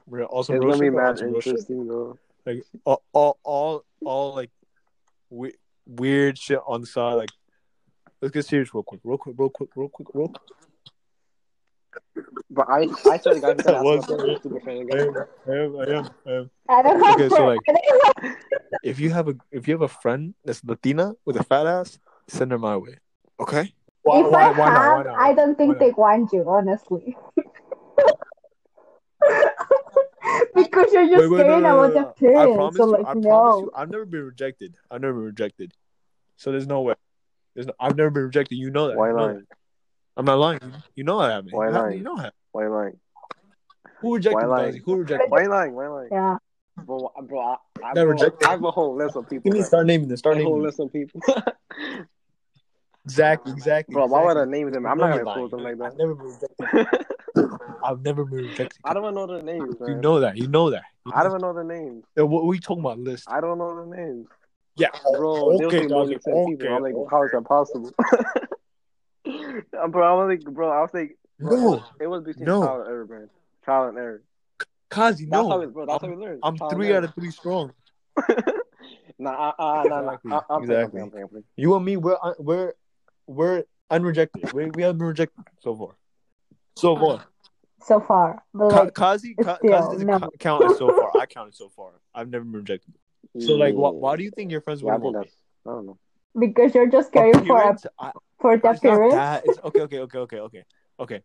Maria. Also, it's gonna be mad awesome roast shit. interesting, bro. Like all, all, all, all like we- weird shit on the side. Like, let's get serious real quick, real quick, real quick, real quick, real quick. But I, I swear to God, That I'm was- ask my stupid friend I again. am, I am, I am, I am. I don't have Okay, friends. so, like- I don't have- If you have a, if you have a friend that's Latina with a fat ass, send her my way. Okay. if I have, I don't think they want you, honestly. because you're just Wait, wait, no, scared no, no, about no. the period. I promise so you, like I promise no. you, I've never been rejected. I've never been rejected. So there's no way. There's no, I've never been rejected. You know that. Why You know lying? that. I'm not lying. You know I haven't. Why You haven't- lying? You know I haven't. Why lying? Who rejected Why me, lying? Darcy? Who rejected me? Why lying? Why lying? Yeah. Bro, I- bro, I, I, That bro, rejected. I have a whole list of people. You need to bro. start naming them. Start a whole naming them. list of people. Exactly, exactly. bro, why would I exactly. name them? You I'm know not you're gonna quote them lying. like I've that. never been rejected. I've never been rejected. I don't even know their names, You man. know that. You know that. You I know don't even know their names. that. What we talking about? List. I don't know their names. Yeah. Bro, they okay, was like Darcy, more than 10 people. I'm like, okay, how is that possible? Um, bro, I was like, bro, I was like, bro, it No. was- it was between No. trial and error, man. Trial and error. Kazi, That's no. how we, bro. That's I'm, how we learn. I'm trial and three out error. of three strong. Nah, uh, uh, nah, nah. Exactly, I, I'm playing, I'm playing, exactly. I'm playing, I'm playing. You and me, we're un- we're we're unrejected. We we have been rejected so far. So far, So far, but Ka- like Kazi, Ka- still, Kazi doesn't no. ca- count as so far. I count it so far. I've never been rejected. So like, why, why do you think your friends Yeah, I wouldn't think want that's. me? I don't know. because you're just scared for a, Appearance? I- for the it's not period. that. It's okay, okay, okay, okay, okay, okay.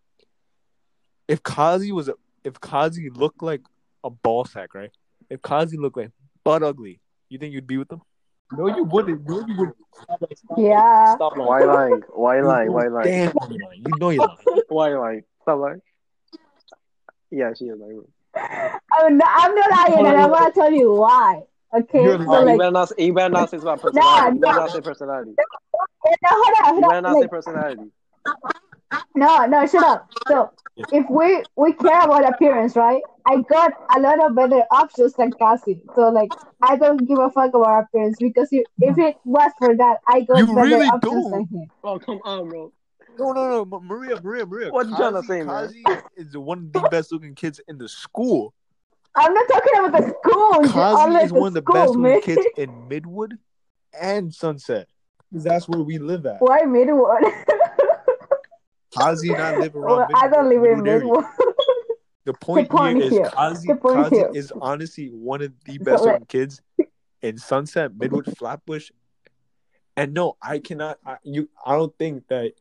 If Kazi was, a, if Kazi looked like a ball sack, right? If Kazi looked like butt ugly, you think you'd be with them? No, you wouldn't. No, you wouldn't. Stop lying, stop lying, Yeah. Stop lying. Why lying? Why lying? Why lying? Damn, you're lying. You know you're lying. Why lying? Stop lying. Yeah, she is lying. Bro. I'm not, I'm not lying, and I'm gonna tell you why. Okay, You're so lying. you like, better not. You better not say it's about personality. You better no. not say personality. eh, no, hold on, You hold better on. not say Like, personality. no, no, shut up. So if we we care about appearance, right? I got a lot of better options than Cassie. So like, I don't give a fuck about appearance because you, if it was for that, I got You better really options do. than him. Oh come on, bro. No, no, no, Ma- Maria, Maria, Maria. What you trying to say, man? Kazi is one of the best looking kids in the school. I'm not talking about the school. just Kazi only is one of the best school, man. looking kids in Midwood and Sunset. Because that's where we live at. Why Midwood? Kazi and I live well, around I Midwood, don't live in Midwood area. Midwood. The point, point here is here. Kazi, The point Kazi here. is honestly one of the best like- looking kids in Sunset, Midwood, Flatbush. And no, I cannot. I, you, I don't think that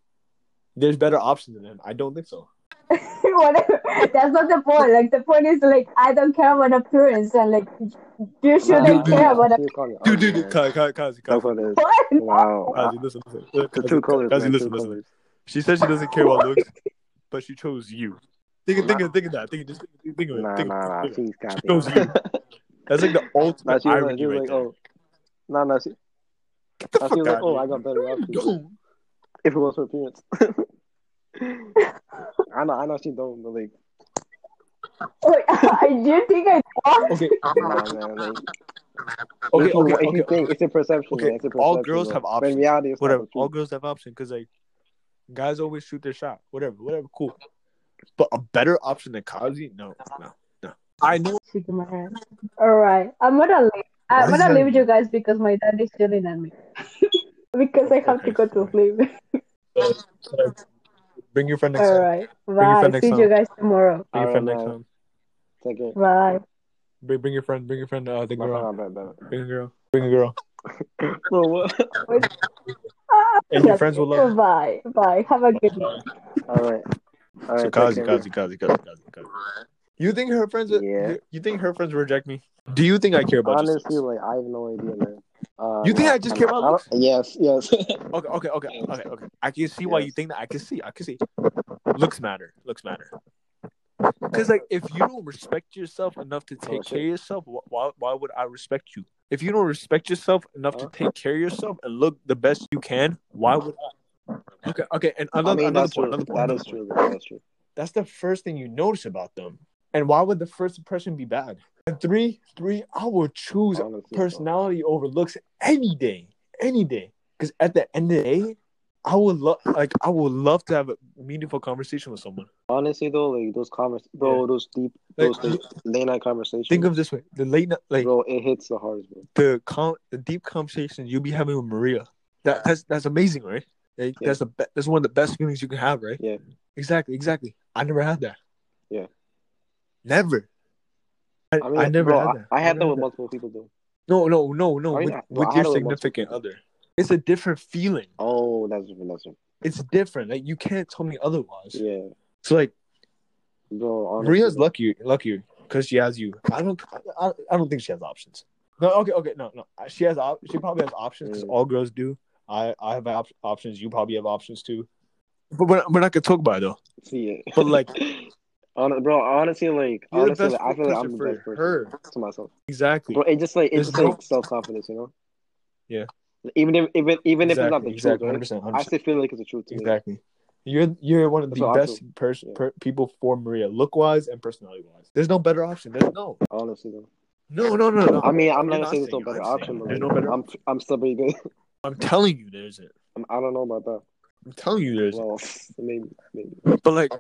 there's better options than him. I don't think so. Whatever. That's not the point. Like the point is like I don't care about appearance and like you shouldn't Dude, dude, care about She was calling. Dude, dude, dude, ugly, Oh, man. Kazi, Kazi, Kazi. No Kazi. for this. appearance. Wow. wow. Kazi, listen, listen. Look, The Kazi, two colors, Kazi, man. listen, two listen. colors. She said she doesn't care about looks, but she chose you. Think, think, of, think of that. Think, just think, think of it. Nah, Think of it. nah, nah. Think of it. She's copying. She chose you. That's like the nah, ultimate she was like, irony she was right like, there. oh, nah, nah. She, Get the nah, fuck she was like, out oh, I of got better here. options Go. if it was for parents. I know, I know she don't, but like, Wait, you think I don't? Okay, nah, man. Like, okay, if you, okay, if okay. you think it's a perception, Okay, man, it's a perception. all girls bro. have But options. In reality, it's Whatever. not the All truth. girls have options because like guys always shoot their shot. Whatever, whatever. Cool. But a better option than Kazi? No, no, no. I know. Shaking my head. All right, I'm gonna leave. I'm Why is that- gonna leave you guys because my dad is yelling at me because I have to go to sleep. Bring your friend next All time. right, your bye. friend next See time. you guys tomorrow. Bring your All friend right, next man. time. Take it. Bye. Bring, bring your friend. Bring your friend. Uh, the My girl. phone, my bad, Bring a girl. Bring a girl. my bad. Bro, what? Ah, And your friends will love. You. Bye. Bye. Have a good night. All right. All right. So take Kazi, care, Kazi, Kazi, Kazi, Kazi, Kazi. You think her friends? Yeah. You, you think her friends reject me? Do you think I care man. about you? Honestly, like, I have no idea, man. Uh, You think nah, I just I'm- care about I looks? don't- Yes, yes. Okay, okay, okay, okay, okay. I can see why you Yes. think that. I can see. I can see. Looks matter. Looks matter. Because like, if you don't respect yourself enough to take Oh, shit. care of yourself, wh- why why would I respect you? If you don't respect yourself enough Huh? to take care of yourself and look the best you can, why would I? Okay, okay. And I another mean, another that's point. true. Another point. That another is point. true. though, That is true. That's the first thing you notice about them. And why would the first impression be bad? And three, three. I will choose Honestly, bro. personality over looks any day, any day. Because at the end of the day, I would love, like, I would love to have a meaningful conversation with someone. Honestly though, like those convers, bro, those deep, Like, those like, late night conversations, think of this way: the late, night, like bro, it hits the hardest, bro. the con- the deep conversation you'll be having with Maria. That that's that's amazing, right? Like, Yeah. That's the be- that's one of the best feelings you can have, right? Yeah. Exactly, exactly. I never had that. Yeah. Never. I, I, I mean, never bro, had that. I, I had never that with that. multiple people though. No, no, no, no. I mean, With, I- with well, I your had it with multiple significant other, it's a different feeling. Oh, that's different. That's different. It's different. Like you can't tell me otherwise. Yeah, So like bro. Honestly, Maria's bro. luckier, luckier. because she has you. I don't. I, I don't think she has options. No, okay, okay, no, no. She has. Op- she probably has options because Mm. all girls do. I, I have op- options. You probably have options too. But we're, we're not gonna talk about it though. See it. But, like- Hon- bro, honestly, like, You're the honestly, best like, I feel like I'm the person best for person her. to myself. Exactly. Bro, it just like it's There's just no- like self confidence, you know. Yeah. Even if even even if it's not the exactly. Exactly. truth, Hundred right? percent. I still feel like it's the truth. To me. Exactly. You're you're one of That's the what I best pers- Yeah. per- people for Maria, look wise and personality wise. There's no better option. There's no. Honestly, though. No, no, no, no. I mean, I'm You're not gonna say there's no saying- better I'm option. saying but There's no better. I'm I'm still pretty good. I'm telling you, there's it. I'm, I don't know about that. I'm telling you, there's Well, maybe maybe. it. But like,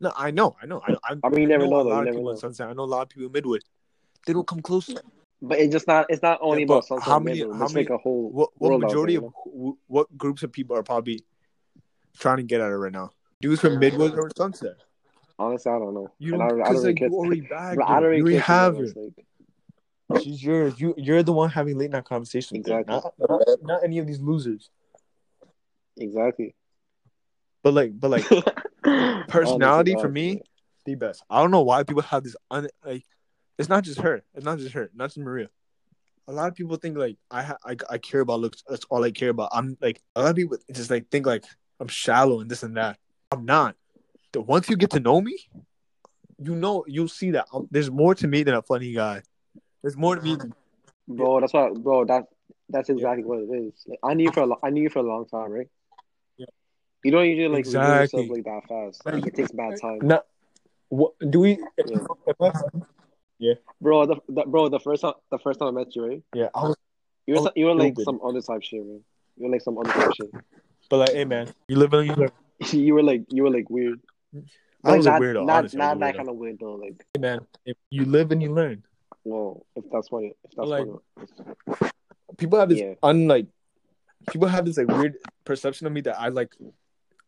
no, I know, I know, I know. I, I mean, you never know know, a though. lot You of never people know. in Sunset. I know a lot of people in Midwood. They don't come close. But it's just not. It's not only Yeah, about but something. how many- It's how like a whole. What what World out majority there, of wh- what groups of people are probably trying to get at it right now? Dudes from Midwood or Sunset. Honestly, I don't know. You And I, don't I don't because really like care. you already bagged. Bro, her. I don't really You already care. to be have her. honest, like, She's yours. You you're the one having late night conversations. with her, Exactly. Not, not not any of these losers. exactly. But like but like Honestly, personality for honestly, me, the best. I don't know why people have this un like. It's not just her. It's not just her. Not just Maria. A lot of people think like I ha- I I care about looks. That's all I care about. I'm like a lot of people just like think like I'm shallow and this and that. I'm not. The once you get to know me, you know you'll see that i there's more to me than a funny guy. There's more to me. Than, bro. That's why, bro. That that's exactly what it is. Like, I knew you for a lo- I knew you for a long time, right? Yeah. You don't usually like reveal Exactly. yourself like that fast. Like, it takes bad time, no, what do we? Yeah. bro. The, the bro, the first time the first time I met you, right? yeah, I was, You were I was so- you were like Oh, stupid. some other type shit, man. You were like some other type shit. but like, hey man, you live in. You learn. you were like you were like weird. I Like, was not, a weirdo. Not honestly, I was not a that weirdo. kind of weird though. Like, Hey, man, if you live and you learn. well, if that's what it, if that's Like- what it is. people have this Yeah. unlike people have this like weird perception of me that I like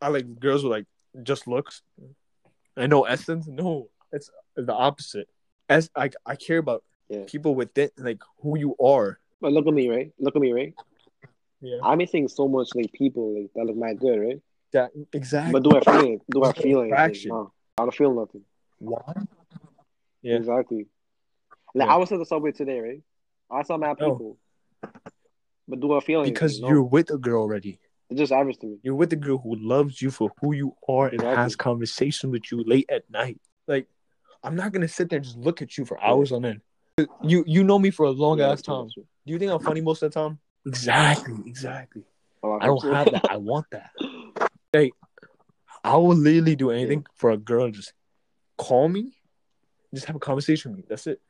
I like girls with like just looks and no essence. No, it's the opposite. As I I care about Yeah. people within like who you are. But look at me, right? Look at me, right? Yeah. I'm missing so much like people like that look not good, right? That exactly. But do I feel it? Do I It's feel it? Like, attraction. no, I don't feel nothing. why? Yeah. Exactly. Like Yeah. I was at the subway today, right? I saw my No. people. But do I feel anything? Because No. you're with a girl already. It's just average to me. You're with a girl who loves you for who you are and Exactly. has conversation with you late at night. Like, I'm not gonna sit there and just look at you for hours on end. You you know me for a long Yeah, ass that's- time. that's true. Do you think I'm funny most of the time? Exactly, exactly. Oh, I don't hope so. have that. I want that. Like, I will literally do anything for a girl. Just call me, just have a conversation with me. That's it.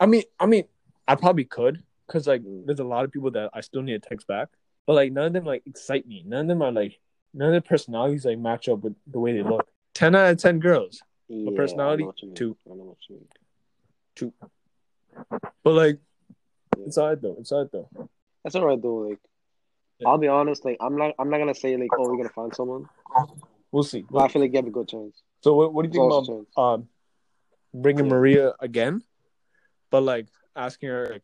I mean, I mean, I probably could, cause like, Mm. there's a lot of people that I still need to text back, but like, none of them like excite me. None of them are like, none of their personalities like match up with the way they look. Ten out of ten girls, Yeah, I know personality, what you mean. two. I know what you mean. but like, Yeah. it's alright though. It's alright though. That's alright though. Like, Yeah. I'll be honest. Like, I'm not. I'm not gonna say like, oh, we're gonna find someone. We'll see. But I feel like you have a good chance. So what, what do you It's think about also a chance. um bringing Yeah. Maria again, but like asking her like,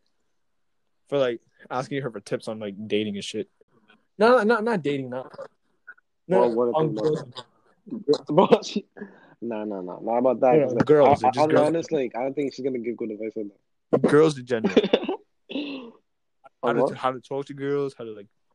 for like asking her for tips on like dating and shit. No, not not dating, not. No, Well, what if on they girls. Bro, she... Nah, nah, nah. Not about that. Yeah, 'cause, like, girls, I, they're just will be girls. honest. Like, I don't think she's gonna give good advice on girls in general. that. How On to what? how to talk to girls, how to like